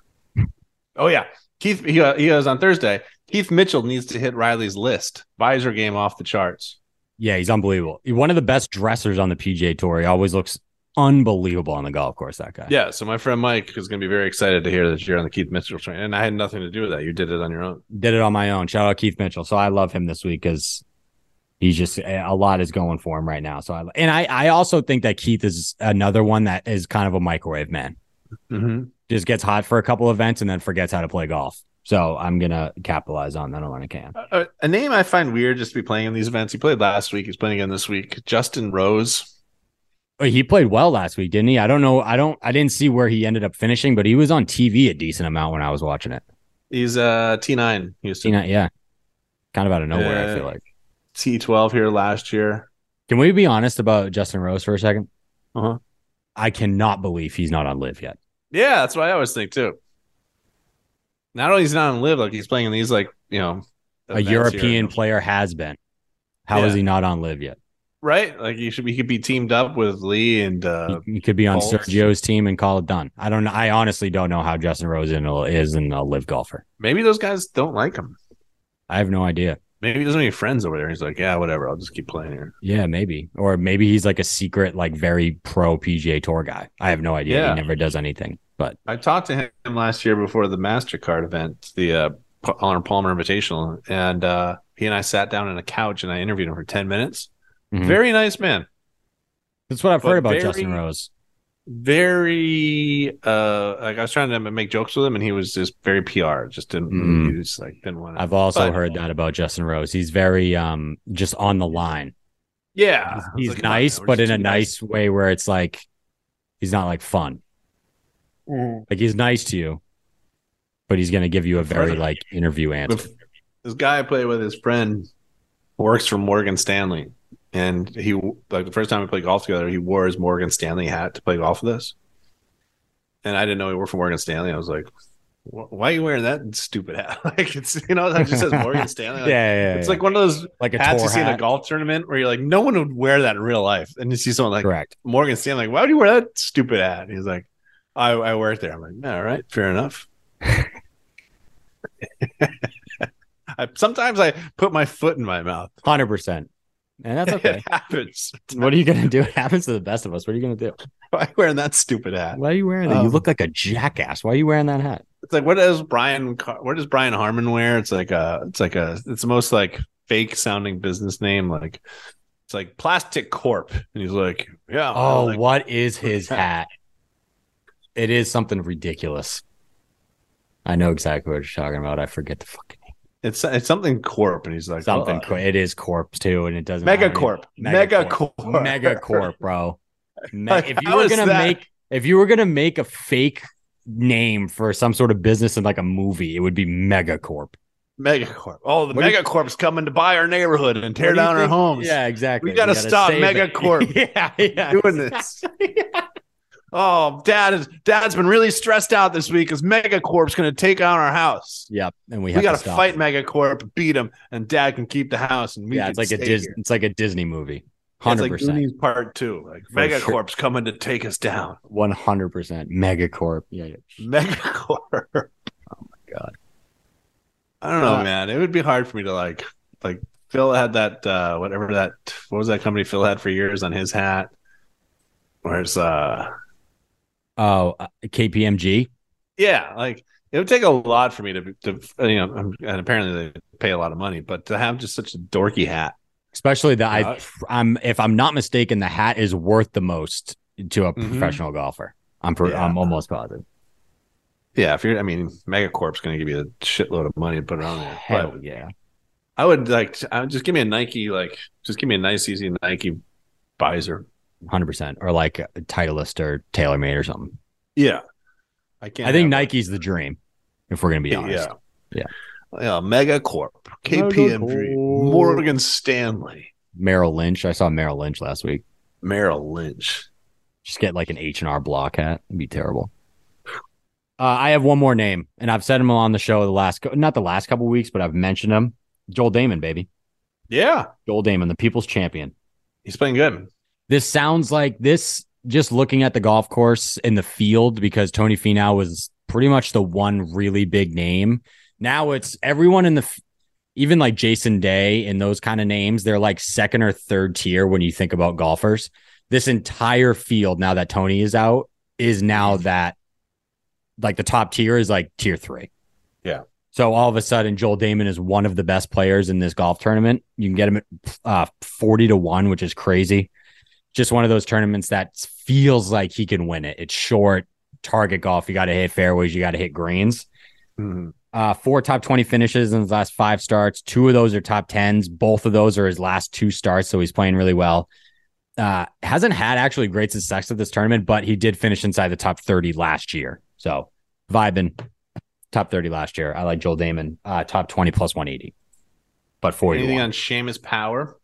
[SPEAKER 2] Oh yeah, Keith. He, he was uh, on Thursday. Keith Mitchell needs to hit Riley's list. Visor game off the charts.
[SPEAKER 1] Yeah, he's unbelievable. One of the best dressers on the PGA Tour. He always looks unbelievable on the golf course. That guy.
[SPEAKER 2] Yeah, so my friend Mike is going to be very excited to hear that you're on the Keith Mitchell train, and I had nothing to do with that. You did it on your own.
[SPEAKER 1] Did it on my own. Shout out Keith Mitchell. So I love him this week because he's just eh, a lot is going for him right now. So I and I I also think that Keith is another one that is kind of a microwave man.
[SPEAKER 2] Mm-hmm.
[SPEAKER 1] Just gets hot for a couple events and then forgets how to play golf. So I'm gonna capitalize on that when I can.
[SPEAKER 2] A, a name I find weird just to be playing in these events. He played last week. He's playing again this week. Justin Rose.
[SPEAKER 1] Oh, He played well last week, didn't he? I don't know. I don't. I didn't see where he ended up finishing, but he was on TV a decent amount when I was watching it.
[SPEAKER 2] He's uh T nine. Houston.
[SPEAKER 1] You know, yeah, kind of out of nowhere. I feel like.
[SPEAKER 2] T twelve here last year.
[SPEAKER 1] Can we be honest about Justin Rose for a second?
[SPEAKER 2] Uh-huh.
[SPEAKER 1] I cannot believe he's not on live yet.
[SPEAKER 2] Yeah, that's what I always think too. Not only he's not on live, like he's playing in these like you know
[SPEAKER 1] A
[SPEAKER 2] events here.
[SPEAKER 1] European player has been. How is
[SPEAKER 2] Yeah.
[SPEAKER 1] he not on live yet?
[SPEAKER 2] right? Like you should be, he could be teamed up with Lee and uh,
[SPEAKER 1] he, he could be on
[SPEAKER 2] Paul's-
[SPEAKER 1] Sergio's team and call it done. I don't. know. I honestly don't know how Justin Rose in a- is in a live golfer.
[SPEAKER 2] maybe those guys don't like him.
[SPEAKER 1] I have no idea.
[SPEAKER 2] Maybe he doesn't have any friends over there. He's like, yeah, whatever. I'll just keep playing here.
[SPEAKER 1] Yeah, maybe. Or maybe he's like a secret, like very pro PGA Tour guy. I have no idea.
[SPEAKER 2] Yeah.
[SPEAKER 1] He never does anything. But
[SPEAKER 2] I talked to him last year before the Mastercard event, the uh, Pa- Arnold Palmer Invitational, and uh, he and I sat down on a couch and I interviewed him for ten minutes.
[SPEAKER 1] Mhm.
[SPEAKER 2] Very nice man.
[SPEAKER 1] that's what I've
[SPEAKER 2] Mm-hmm. But
[SPEAKER 1] heard about
[SPEAKER 2] very-
[SPEAKER 1] Justin Rose.
[SPEAKER 2] Very uh, like I was trying to make jokes with him, and he was just very PR. Just didn't.
[SPEAKER 1] Mm.
[SPEAKER 2] He just like didn't want to.
[SPEAKER 1] I've also
[SPEAKER 2] But-
[SPEAKER 1] heard that about Justin Rose. He's very um just on the line. He's,
[SPEAKER 2] Yeah, I was
[SPEAKER 1] he's
[SPEAKER 2] like, come on,
[SPEAKER 1] nice,
[SPEAKER 2] man,
[SPEAKER 1] but
[SPEAKER 2] we're
[SPEAKER 1] in
[SPEAKER 2] just
[SPEAKER 1] a
[SPEAKER 2] two
[SPEAKER 1] nice
[SPEAKER 2] guys.
[SPEAKER 1] way where it's like he's not like fun. Like he's nice to you, but he's gonna give you a very
[SPEAKER 2] Further.
[SPEAKER 1] like interview answer.
[SPEAKER 2] this guy I played with, his friend, works for Morgan Stanley, and he like the first time we played golf together, he wore his Morgan Stanley hat to play golf with us, and I didn't know he worked for Morgan Stanley. I was like, "Wh- "Why are you wearing that stupid hat? like it's you know that just says Morgan Stanley.
[SPEAKER 1] Yeah,
[SPEAKER 2] Like,
[SPEAKER 1] yeah, yeah,
[SPEAKER 2] It's
[SPEAKER 1] yeah.
[SPEAKER 2] like one of those
[SPEAKER 1] like a
[SPEAKER 2] hats
[SPEAKER 1] tour
[SPEAKER 2] you see in a
[SPEAKER 1] hat.
[SPEAKER 2] golf tournament where you're like, no one would wear that in real life, and you see someone like
[SPEAKER 1] Correct.
[SPEAKER 2] Morgan Stanley, like, why would you wear that stupid hat? And he's like, I, I work there. I'm like, "Yeah, all right, fair enough. I, sometimes I put my foot in my mouth.
[SPEAKER 1] Hundred percent. And that's okay.
[SPEAKER 2] it happens.
[SPEAKER 1] what are you gonna do? It happens to the best of us. What are you gonna do?
[SPEAKER 2] Why wearing that stupid hat?
[SPEAKER 1] Why are you wearing that? you
[SPEAKER 2] Um,
[SPEAKER 1] look like a jackass. Why are you wearing that hat?
[SPEAKER 2] It's like what does Brian Car- what does Brian Harmon wear? It's like a it's like a it's the most like fake sounding business name like it's like Plastic Corp. And he's like, yeah.
[SPEAKER 1] Oh,
[SPEAKER 2] like,
[SPEAKER 1] what is his hat? It is something ridiculous. I know exactly what you're talking about. I forget the fucking name.
[SPEAKER 2] it's it's something Corp. And he's like
[SPEAKER 1] something.
[SPEAKER 2] "Oh,
[SPEAKER 1] cor- it is Corpse too, and it doesn't. have any-
[SPEAKER 2] Megacorp.
[SPEAKER 1] uh, Megacorp.
[SPEAKER 2] Megacorp.
[SPEAKER 1] Megacorp, bro. Me-
[SPEAKER 2] Like,
[SPEAKER 1] if you
[SPEAKER 2] how
[SPEAKER 1] were
[SPEAKER 2] is
[SPEAKER 1] gonna
[SPEAKER 2] that?
[SPEAKER 1] make, if you were gonna make a fake name for some sort of business in like a movie, it would be Megacorp.
[SPEAKER 2] Megacorp. Oh, the
[SPEAKER 1] What do you-
[SPEAKER 2] Megacorp's coming to buy our neighborhood and tear
[SPEAKER 1] What do you
[SPEAKER 2] down our
[SPEAKER 1] think-
[SPEAKER 2] homes.
[SPEAKER 1] Yeah, exactly.
[SPEAKER 2] We gotta stop
[SPEAKER 1] save it.
[SPEAKER 2] Megacorp.
[SPEAKER 1] yeah, yeah.
[SPEAKER 2] Doing this. Oh, dad is dad's been really stressed out this week because Megacorp's going to take on our house.
[SPEAKER 1] Yep, and we
[SPEAKER 2] We,
[SPEAKER 1] have
[SPEAKER 2] got
[SPEAKER 1] to
[SPEAKER 2] to
[SPEAKER 1] stop
[SPEAKER 2] fight
[SPEAKER 1] it.
[SPEAKER 2] Megacorp, beat him, and dad can keep the house. And we
[SPEAKER 1] Yeah,
[SPEAKER 2] can
[SPEAKER 1] it's like a
[SPEAKER 2] stay
[SPEAKER 1] Dis-
[SPEAKER 2] here.
[SPEAKER 1] it's like a Disney movie.
[SPEAKER 2] It's
[SPEAKER 1] Hundred
[SPEAKER 2] like
[SPEAKER 1] percent.
[SPEAKER 2] Goonies Part Two. Like
[SPEAKER 1] For sure.
[SPEAKER 2] Megacorp's coming to take us down.
[SPEAKER 1] One hundred percent. Megacorp. Yeah, yeah.
[SPEAKER 2] Megacorp. Oh my god. I don't know,
[SPEAKER 1] Uh,
[SPEAKER 2] man. It would be hard for me to like like Phil had that uh whatever that what was that company Phil had for years on his hat. Where's uh
[SPEAKER 1] Oh, uh, KPMG.
[SPEAKER 2] yeah, like it would take a lot for me to be- to you know um, and apparently they pay a lot of money, but to have just such a dorky hat.
[SPEAKER 1] Especially the I,
[SPEAKER 2] Uh,
[SPEAKER 1] I'm if I'm not mistaken, the hat is worth the most to a
[SPEAKER 2] Mhm.
[SPEAKER 1] professional golfer. I'm per,
[SPEAKER 2] Yeah.
[SPEAKER 1] I'm almost positive.
[SPEAKER 2] Yeah, if you're I mean Megacorp's gonna give you a shitload of money to put it on there.
[SPEAKER 1] Hell
[SPEAKER 2] But
[SPEAKER 1] yeah.
[SPEAKER 2] I would like I would just give me a Nike like just give me a nice easy Nike visor.
[SPEAKER 1] Hundred percent. Or like a Titleist or TaylorMade or something.
[SPEAKER 2] Yeah. I can't
[SPEAKER 1] I think
[SPEAKER 2] have-
[SPEAKER 1] Nike's the dream, if we're gonna be honest.
[SPEAKER 2] Yeah. Yeah. Yeah. Megacorp, KPMG,
[SPEAKER 1] Megacorp.
[SPEAKER 2] Morgan Stanley,
[SPEAKER 1] Merrill Lynch. I saw Merrill Lynch last week.
[SPEAKER 2] Merrill Lynch.
[SPEAKER 1] Just get like an H and R Block hat. It'd be terrible. Uh, I have one more name, and I've said him on the show the last cou- not the last couple weeks, but I've mentioned him. Joel Damon, baby.
[SPEAKER 2] Yeah.
[SPEAKER 1] Joel Damon, the People's Champion.
[SPEAKER 2] He's playing good.
[SPEAKER 1] This sounds like this. Just looking at the golf course in the field, because Tony Finau was pretty much the one really big name Now it's everyone in the f- even like Jason Day and those kind of names, they're like second or third tier when you think about golfers. This entire field now that Tony is out is now that like the top tier is like tier 3.
[SPEAKER 2] Yeah.
[SPEAKER 1] So all of a sudden Joel Damon is one of the best players in this golf tournament. You can get him at uh, 40 to 1, which is crazy. Just one of those tournaments that feels like he can win it. It's short target golf. You got to hit fairways, you got to hit greens
[SPEAKER 2] Mhm.
[SPEAKER 1] uh, four top 20 finishes in his last five starts. Two of those are top 10s. Both of those are his last two starts. So he's playing really well. Uh, hasn't had actually great success at this tournament, but he did finish inside the top 30 last year. So vibing top 30 last year. I like Joel Damon, uh, top 20 plus 180, but 40. to
[SPEAKER 2] Anything
[SPEAKER 1] one.
[SPEAKER 2] on Seamus Power?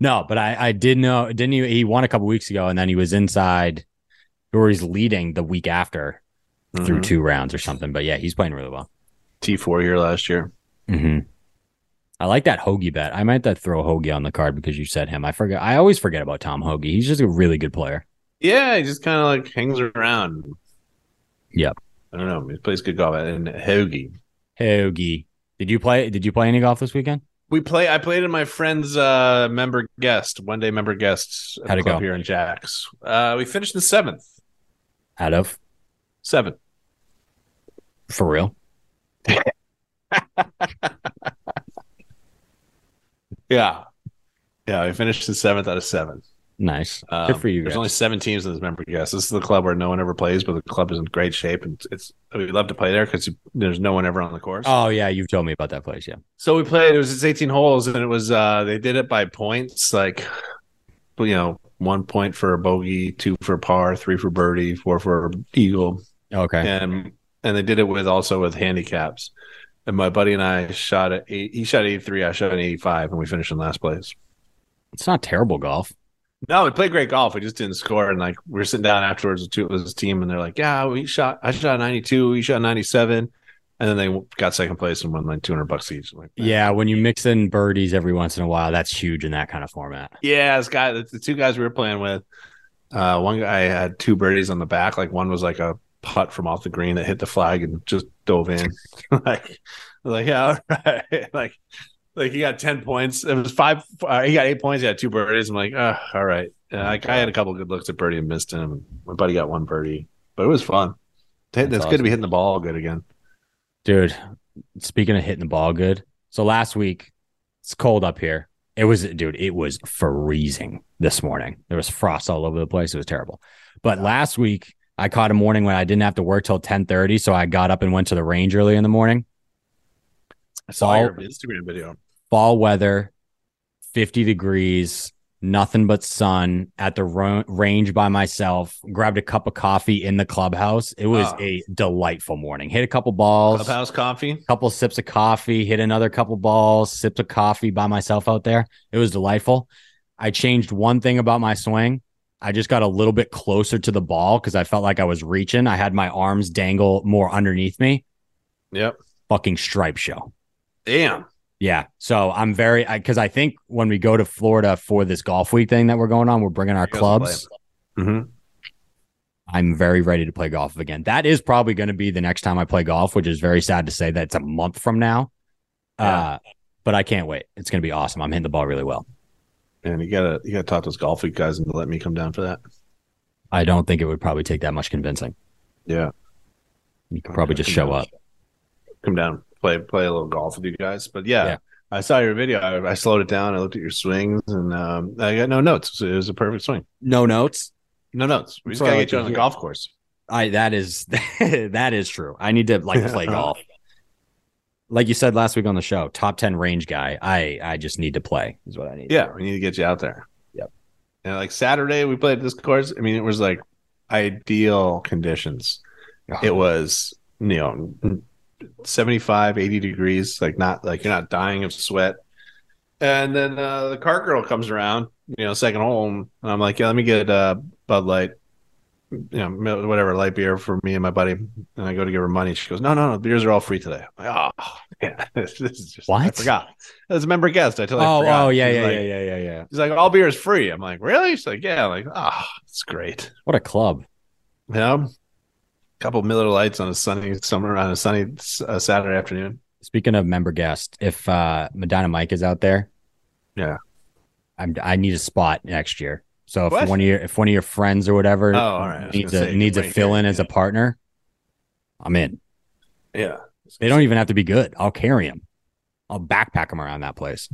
[SPEAKER 1] No, but I, I did know, didn't he? He won a couple weeks ago and then he was inside or he's leading the week after through
[SPEAKER 2] Mhm.
[SPEAKER 1] two rounds or something. But yeah, he's playing really well.
[SPEAKER 2] T4 here last year.
[SPEAKER 1] hmm I like that Hoagie bet. I might have to throw Hoagie on the card because you said him. I forget. I always forget about Tom Hoagie. He's just a really good player.
[SPEAKER 2] Yeah, he just kind of like hangs around.
[SPEAKER 1] Yep.
[SPEAKER 2] I don't know. He plays good golf. And Hoagie.
[SPEAKER 1] Hoagie. Did you play? Did you play any golf this weekend?
[SPEAKER 2] We play. I played in my friend's uh, member guest, one day member guests at
[SPEAKER 1] How'd
[SPEAKER 2] the
[SPEAKER 1] it
[SPEAKER 2] club
[SPEAKER 1] go?
[SPEAKER 2] here in Jack's. Uh, we finished in seventh.
[SPEAKER 1] Out of
[SPEAKER 2] Seventh.
[SPEAKER 1] for real?
[SPEAKER 2] Yeah. Yeah, we finished in seventh out of seven.
[SPEAKER 1] Nice.
[SPEAKER 2] Um,
[SPEAKER 1] Good for you
[SPEAKER 2] There's
[SPEAKER 1] guys.
[SPEAKER 2] only seven teams in this member guest. This is the club where no one ever plays, but the club is in great shape, and it's we love to play there because there's no one ever on the course.
[SPEAKER 1] Oh yeah, you've told me about that place. Yeah.
[SPEAKER 2] So we played. It was it's 18 holes, and it was uh they did it by points, like you know, one point for a bogey, two for par, three for birdie, four for eagle,
[SPEAKER 1] Okay.
[SPEAKER 2] and and they did it with also with handicaps. And my buddy and I shot at eight, he shot 83, I shot an 85, and we finished in last place.
[SPEAKER 1] It's not terrible golf.
[SPEAKER 2] No, we played great golf. We just didn't score. And like we were sitting down afterwards with two of his team, and they're like, "Yeah, we shot. I shot ninety two. We shot ninety seven, and then they got second place and won like two hundred bucks each. I'm like,
[SPEAKER 1] Yeah, when you mix in birdies every once in a while, that's huge in that kind of format.
[SPEAKER 2] yeah. This guy, the, the two guys we were playing with, uh, one guy had two birdies on the back. Like one was like a putt from off the green that hit the flag and just dove in. like, like yeah, all right. like, like he got ten points. It was five. Uh, he got eight points. He had two birdies. I'm like, ah, all right. Uh, like I had a couple good looks at birdie and missed him. My buddy got one birdie, but it was fun. It's
[SPEAKER 1] That's
[SPEAKER 2] good to be hitting the ball good again.
[SPEAKER 1] Dude, speaking of hitting the ball good. So last week, it's cold up here. It was, dude, it was freezing this morning. There was frost all over the place. It was terrible. But last week, I caught a morning when I didn't have to work till 1030. So I got up and went to the range early in the morning.
[SPEAKER 2] I saw
[SPEAKER 1] Ball-
[SPEAKER 2] your Instagram video.
[SPEAKER 1] Fall weather, 50 degrees, nothing but sun at the ro- range by myself. Grabbed a cup of coffee in the clubhouse. It was
[SPEAKER 2] Ah.
[SPEAKER 1] a delightful morning. Hit a couple balls.
[SPEAKER 2] Clubhouse coffee.
[SPEAKER 1] couple sips of coffee, hit another couple balls, sips of coffee by myself out there. It was delightful. I changed one thing about my swing. I just got a little bit closer to the ball because I felt like I was reaching. I had my arms dangle more underneath me.
[SPEAKER 2] Yep.
[SPEAKER 1] Fucking stripe show.
[SPEAKER 2] Damn.
[SPEAKER 1] Yeah. So I'm very, because I, think when we go to Florida for this golf week thing that we're going on, we're bringing our
[SPEAKER 2] You guys
[SPEAKER 1] clubs.
[SPEAKER 2] Mm-hmm.
[SPEAKER 1] I'm very ready to play golf again. That is probably going to be the next time I play golf, which is very sad to say that it's a month from now. Uh, but I can't wait. It's going to be awesome. I'm hitting the ball really well.
[SPEAKER 2] And you gotta you gotta talk those golf week guys into letting me come down for that.
[SPEAKER 1] I don't think it would probably take that much convincing.
[SPEAKER 2] Yeah.
[SPEAKER 1] You could probably just show up.
[SPEAKER 2] Come down, play play a little golf with you guys. But yeah,
[SPEAKER 1] Yeah.
[SPEAKER 2] I saw your video. I, I slowed it down. I looked at your swings, and um, I got no notes. It was a perfect swing.
[SPEAKER 1] No notes.
[SPEAKER 2] No notes. We just
[SPEAKER 1] That's what
[SPEAKER 2] gotta
[SPEAKER 1] I
[SPEAKER 2] get you
[SPEAKER 1] like
[SPEAKER 2] on
[SPEAKER 1] to
[SPEAKER 2] the
[SPEAKER 1] hear.
[SPEAKER 2] golf course.
[SPEAKER 1] I that is that is true. I need to like play golf. Like you said last week on the show, top ten range guy. I I just need to play is what I need.
[SPEAKER 2] Yeah, we need to get you out there.
[SPEAKER 1] Yep.
[SPEAKER 2] And like Saturday, we played this course. I mean, it was like ideal conditions.
[SPEAKER 1] Oh.
[SPEAKER 2] It was you know 75, 80 degrees, like not like you're not dying of sweat. And then uh, the cart girl comes around, you know, second hole, and I'm like, yeah, let me get uh, Bud Light, you know, mil- whatever light beer for me and my buddy. And I go to give her money. She goes, no, no, no, beers are all free today. I'm like, oh, yeah, this is just I
[SPEAKER 1] What?
[SPEAKER 2] forgot. As a member guest, I totally
[SPEAKER 1] Oh,
[SPEAKER 2] forgot.
[SPEAKER 1] oh yeah,
[SPEAKER 2] She's
[SPEAKER 1] yeah,
[SPEAKER 2] like,
[SPEAKER 1] yeah, yeah, yeah, yeah.
[SPEAKER 2] He's like, all beer is free. I'm like, really? She's like, yeah. I'm like, ah, it's great.
[SPEAKER 1] What a club.
[SPEAKER 2] You know, couple Miller Lights on a sunny summer on a sunny uh, Saturday afternoon.
[SPEAKER 1] Speaking of member guest, if uh, Madonna Mike is out there,
[SPEAKER 2] Yeah.
[SPEAKER 1] I'm, I need a spot next year. So if
[SPEAKER 2] What?
[SPEAKER 1] one of your if one of your friends or whatever
[SPEAKER 2] Oh, all right. I was
[SPEAKER 1] needs
[SPEAKER 2] gonna
[SPEAKER 1] a
[SPEAKER 2] say,
[SPEAKER 1] needs a
[SPEAKER 2] right
[SPEAKER 1] fill in
[SPEAKER 2] here.
[SPEAKER 1] as a partner, I'm in.
[SPEAKER 2] Yeah.
[SPEAKER 1] They don't even have to be good. I'll carry them. I'll backpack them around that place.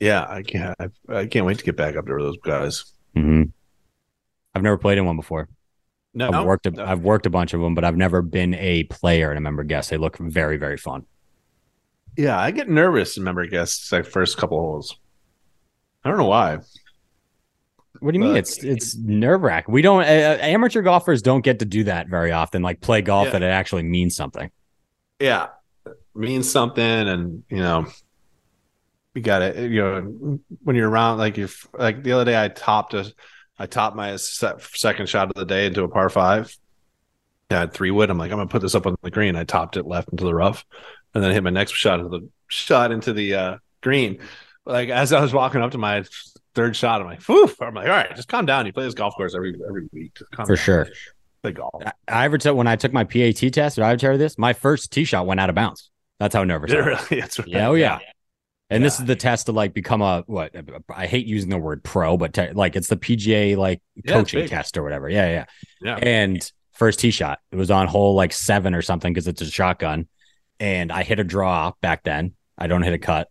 [SPEAKER 2] Yeah, I can't. I, I can't wait to get back up there with those guys.
[SPEAKER 1] Mm-hmm. I've never played in one before.
[SPEAKER 2] No,
[SPEAKER 1] I've worked. A,
[SPEAKER 2] no.
[SPEAKER 1] have worked a bunch of them, but I've never been a player and a member guest. They look very, very fun.
[SPEAKER 2] yeah, I get nervous. Remember, guess like first couple holes. I don't know why.
[SPEAKER 1] What do you mean?
[SPEAKER 2] But-
[SPEAKER 1] It's it's nerve wrack. We don't. Uh, uh, amateur golfers don't get to do that very often. Like play golf
[SPEAKER 2] Yeah.
[SPEAKER 1] that it actually means something.
[SPEAKER 2] Yeah, it means something, and you know, you got to you know when you're around like you are like the other day I topped a, I topped my se- second shot of the day into a par five. I had three wood. I'm like I'm gonna put this up on the green. I topped it left into the rough, and then hit my next shot into the shot into the uh, green. Like as I was walking up to my third shot, I'm like, whew. I'm like, all right, just calm down. You play this golf course every every week. Just calm
[SPEAKER 1] For
[SPEAKER 2] down.
[SPEAKER 1] sure.
[SPEAKER 2] play golf.
[SPEAKER 1] I, I ever took when I took my PAT test. Did I ever tell you this? My first tee shot went out of bounds. That's how nervous. I was.
[SPEAKER 2] Really, that's right.
[SPEAKER 1] Yeah, oh yeah. And this
[SPEAKER 2] Yeah.
[SPEAKER 1] is the test to like become a what I hate using the word pro, but te- like it's the PGA like
[SPEAKER 2] it's
[SPEAKER 1] coaching
[SPEAKER 2] big.
[SPEAKER 1] test or whatever. Yeah, yeah.
[SPEAKER 2] Yeah.
[SPEAKER 1] And first tee shot, it was on hole like seven or something because it's a shotgun, and I hit a draw back then. I don't hit a cut,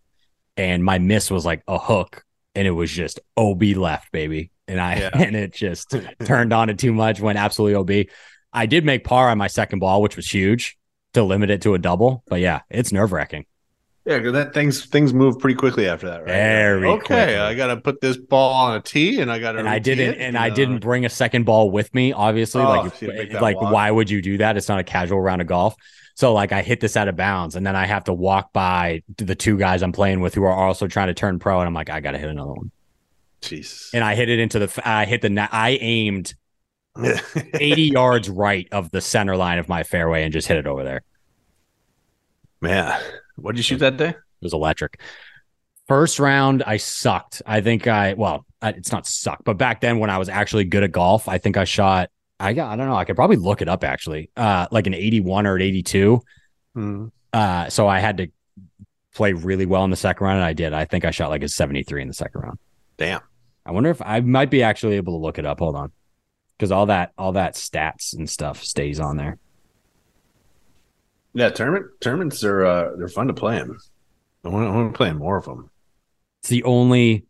[SPEAKER 1] and my miss was like a hook, and it was just OB left, baby. And I
[SPEAKER 2] Yeah.
[SPEAKER 1] and it just turned on it too much, went absolutely OB. I did make par on my second ball, which was huge to limit it to a double. But yeah, it's nerve wracking.
[SPEAKER 2] Yeah, 'cause that things things move pretty quickly after that, right?
[SPEAKER 1] Very
[SPEAKER 2] okay.
[SPEAKER 1] quickly.
[SPEAKER 2] I gotta put this ball on a tee, and I gotta.
[SPEAKER 1] And I
[SPEAKER 2] re-tee
[SPEAKER 1] didn't
[SPEAKER 2] it,
[SPEAKER 1] and I didn't bring a second ball with me, obviously.
[SPEAKER 2] Oh,
[SPEAKER 1] like
[SPEAKER 2] so you make that
[SPEAKER 1] like
[SPEAKER 2] walk.
[SPEAKER 1] why would you do that? It's not a casual round of golf. So like I hit this out of bounds and then I have to walk by the two guys I'm playing with who are also trying to turn pro and I'm like I got to hit another one.
[SPEAKER 2] Jesus.
[SPEAKER 1] And I hit it into the f- I hit the na- I aimed 80 yards right of the center line of my fairway and just hit it over there.
[SPEAKER 2] Man, what did you shoot that day?
[SPEAKER 1] It was electric. First round, I sucked. I think I well, I, it's not suck, but back then when I was actually good at golf, I think I shot. I got I don't know. I could probably look it up actually. Uh, like an eighty-one or an eighty-two.
[SPEAKER 2] Hmm.
[SPEAKER 1] Uh, so I had to play really well in the second round, and I did. I think I shot like a seventy-three in the second round.
[SPEAKER 2] Damn.
[SPEAKER 1] I wonder if I might be actually able to look it up. Hold on, because all that all that stats and stuff stays on there.
[SPEAKER 2] Yeah, tournament tournaments are uh, they're fun to play in. I want, I want to play in more of them.
[SPEAKER 1] It's the only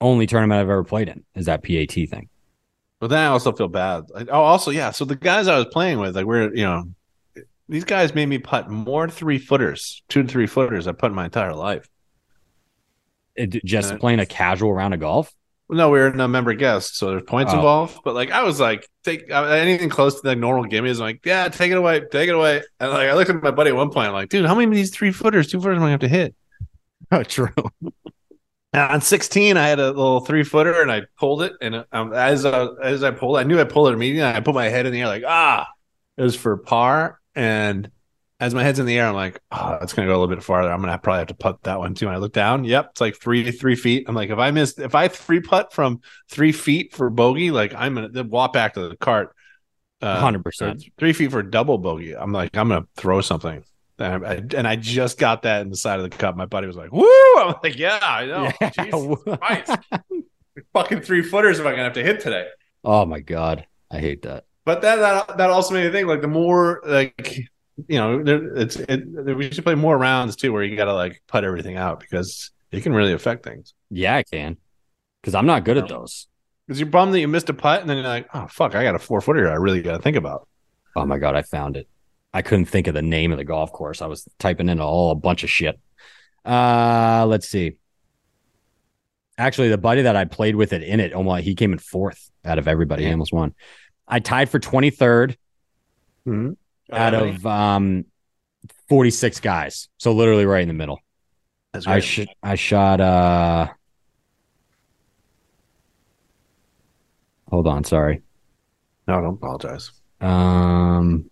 [SPEAKER 1] only tournament I've ever played in is that PAT thing.
[SPEAKER 2] But then I also feel bad. Like, oh, also yeah. So the guys I was playing with, like we're you know, these guys made me putt more three footers, two to three footers I put in my entire life.
[SPEAKER 1] it, Eh, just
[SPEAKER 2] Uh,
[SPEAKER 1] playing a casual round of golf.
[SPEAKER 2] No, we were no member guest, so there's points
[SPEAKER 1] Oh.
[SPEAKER 2] involved. But like, I was like, take I- anything close to the normal gimmies. I'm like, yeah, take it away, take it away. And like, I looked at my buddy at one point, I'm like, dude, how many of these three footers, two footers am I gonna have to hit?
[SPEAKER 1] Oh, true.
[SPEAKER 2] And on 16, I had a little three footer and I pulled it. And um, as I, as I pulled, I knew I pulled it immediately. I put my head in the air, like, ah, it was for par. And as my head's in the air, I'm like, ah, it's gonna go a little bit farther. I'm gonna probably have to putt that one too. And I look down. Yep, it's like three three feet. I'm like, if I miss, if I three putt from three feet for bogey, like I'm gonna then walk back to the cart. Uh,
[SPEAKER 1] Hundred
[SPEAKER 2] so
[SPEAKER 1] percent.
[SPEAKER 2] three feet for double bogey. I'm like, I'm gonna throw something. And I, and I just got that in the side of the cup. My buddy was like, "Woo!" I'm like, "Yeah, I know." Jesus Christ. Fucking three footers am I gonna have to hit today?
[SPEAKER 1] oh my god, I hate that.
[SPEAKER 2] But that that, that also made me think like the more like you know there, it's it, there- we should play more rounds too where you gotta like put everything out because it can really affect things.
[SPEAKER 1] Yeah, I can, because I'm not good at those.
[SPEAKER 2] Because you're bummed that you missed a putt and then you're like, oh fuck, I got a four footer I really gotta think about.
[SPEAKER 1] Oh my god, I found it. I couldn't think of the name of the golf course. I was typing in all a bunch of shit. Uh, let's see. Actually, the buddy that I played with it in it, almost he came in fourth out of everybody. He almost won. I tied for twenty third.
[SPEAKER 2] Mm-hmm. Oh,
[SPEAKER 1] out of um 46 guys. So literally right in the middle.
[SPEAKER 2] That's
[SPEAKER 1] I
[SPEAKER 2] great.
[SPEAKER 1] sh- I shot uh Hold on, sorry.
[SPEAKER 2] no, don't apologize.
[SPEAKER 1] Um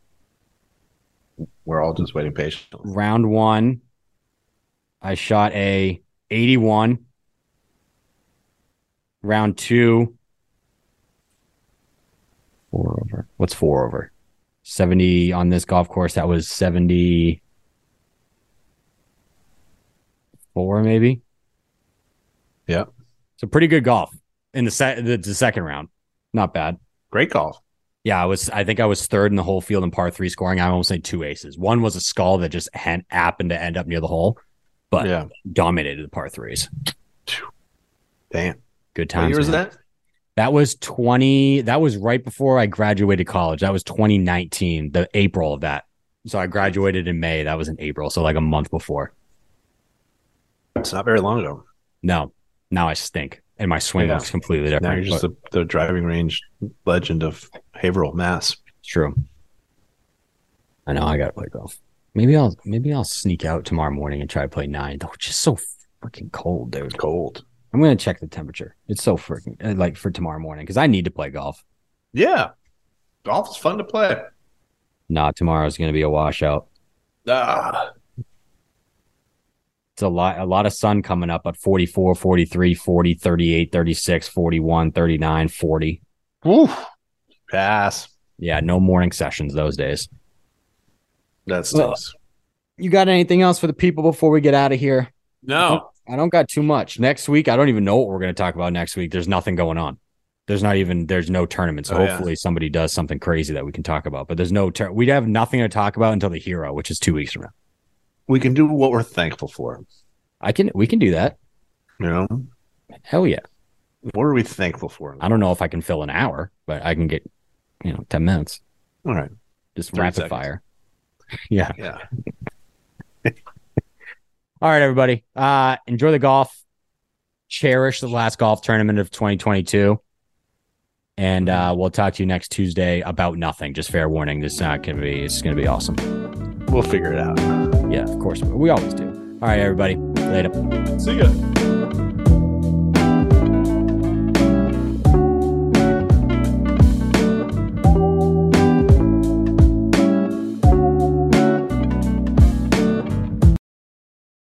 [SPEAKER 2] We're all just waiting patiently.
[SPEAKER 1] round 1 I shot a 81. Round 2 4 over. What's 4 over? 70 on this golf course that was 70 four, maybe.
[SPEAKER 2] Yeah.
[SPEAKER 1] So pretty good golf in the, se- the the second round. Not bad.
[SPEAKER 2] Great golf.
[SPEAKER 1] Yeah, I was. I think I was third in the whole field in par three scoring. I almost had two aces. One was a skull that just had, happened to end up near the hole. But-
[SPEAKER 2] yeah.
[SPEAKER 1] Dominated the par threes.
[SPEAKER 2] Damn.
[SPEAKER 1] Good
[SPEAKER 2] What
[SPEAKER 1] times.
[SPEAKER 2] year was
[SPEAKER 1] man.
[SPEAKER 2] that?
[SPEAKER 1] That was 20. That was right before I graduated college. That was 2019, the April of that. So I graduated in May. That was in April. So like a month before.
[SPEAKER 2] It's not very long ago.
[SPEAKER 1] No, now I stink. And my swing
[SPEAKER 2] Yeah.
[SPEAKER 1] looks completely
[SPEAKER 2] Now
[SPEAKER 1] different.
[SPEAKER 2] you're just
[SPEAKER 1] but
[SPEAKER 2] the, the driving range legend of Haverhill, Mass.
[SPEAKER 1] it's true. I know. I got to play golf. Maybe I'll maybe I'll sneak out tomorrow morning and try to play nine. Oh, it's just so freaking cold, dude.
[SPEAKER 2] Cold.
[SPEAKER 1] I'm gonna check the temperature. It's so freaking uh, like for tomorrow morning because I need to play golf.
[SPEAKER 2] Yeah. Golf is fun to play.
[SPEAKER 1] Nah, tomorrow's gonna be a washout.
[SPEAKER 2] Ah,
[SPEAKER 1] it's a lot a lot of sun coming up at 44 43 40 38 36 41 39 40
[SPEAKER 2] Oof. Pass.
[SPEAKER 1] yeah no morning sessions those days
[SPEAKER 2] That's
[SPEAKER 1] Well-
[SPEAKER 2] nice.
[SPEAKER 1] you got anything else for the people before we get out of here
[SPEAKER 2] No.
[SPEAKER 1] i don't got too much next week i don't even know what we're going to talk about next week there's nothing going on there's not even there's no tournament so
[SPEAKER 2] Oh, yeah.
[SPEAKER 1] hopefully somebody does something crazy that we can talk about but there's no tur- we'd have nothing to talk about until the hero which is two weeks from now
[SPEAKER 2] We can do what we're thankful for.
[SPEAKER 1] i can we can do that
[SPEAKER 2] You know,
[SPEAKER 1] hell yeah
[SPEAKER 2] what are we thankful for?
[SPEAKER 1] i don't know if i can fill an hour but i can get you know 10 minutes
[SPEAKER 2] All right.
[SPEAKER 1] just
[SPEAKER 2] Three
[SPEAKER 1] rapid
[SPEAKER 2] seconds.
[SPEAKER 1] fire yeah
[SPEAKER 2] Yeah.
[SPEAKER 1] All right, everybody. Uh, enjoy the golf. Cherish the last golf tournament of 2022. And uh, we'll talk to you next Tuesday about nothing. Just fair warning. This is not going to be, it's going to be awesome.
[SPEAKER 2] We'll figure it out.
[SPEAKER 1] Yeah, of course. We always do. All right, everybody. Later.
[SPEAKER 2] See ya.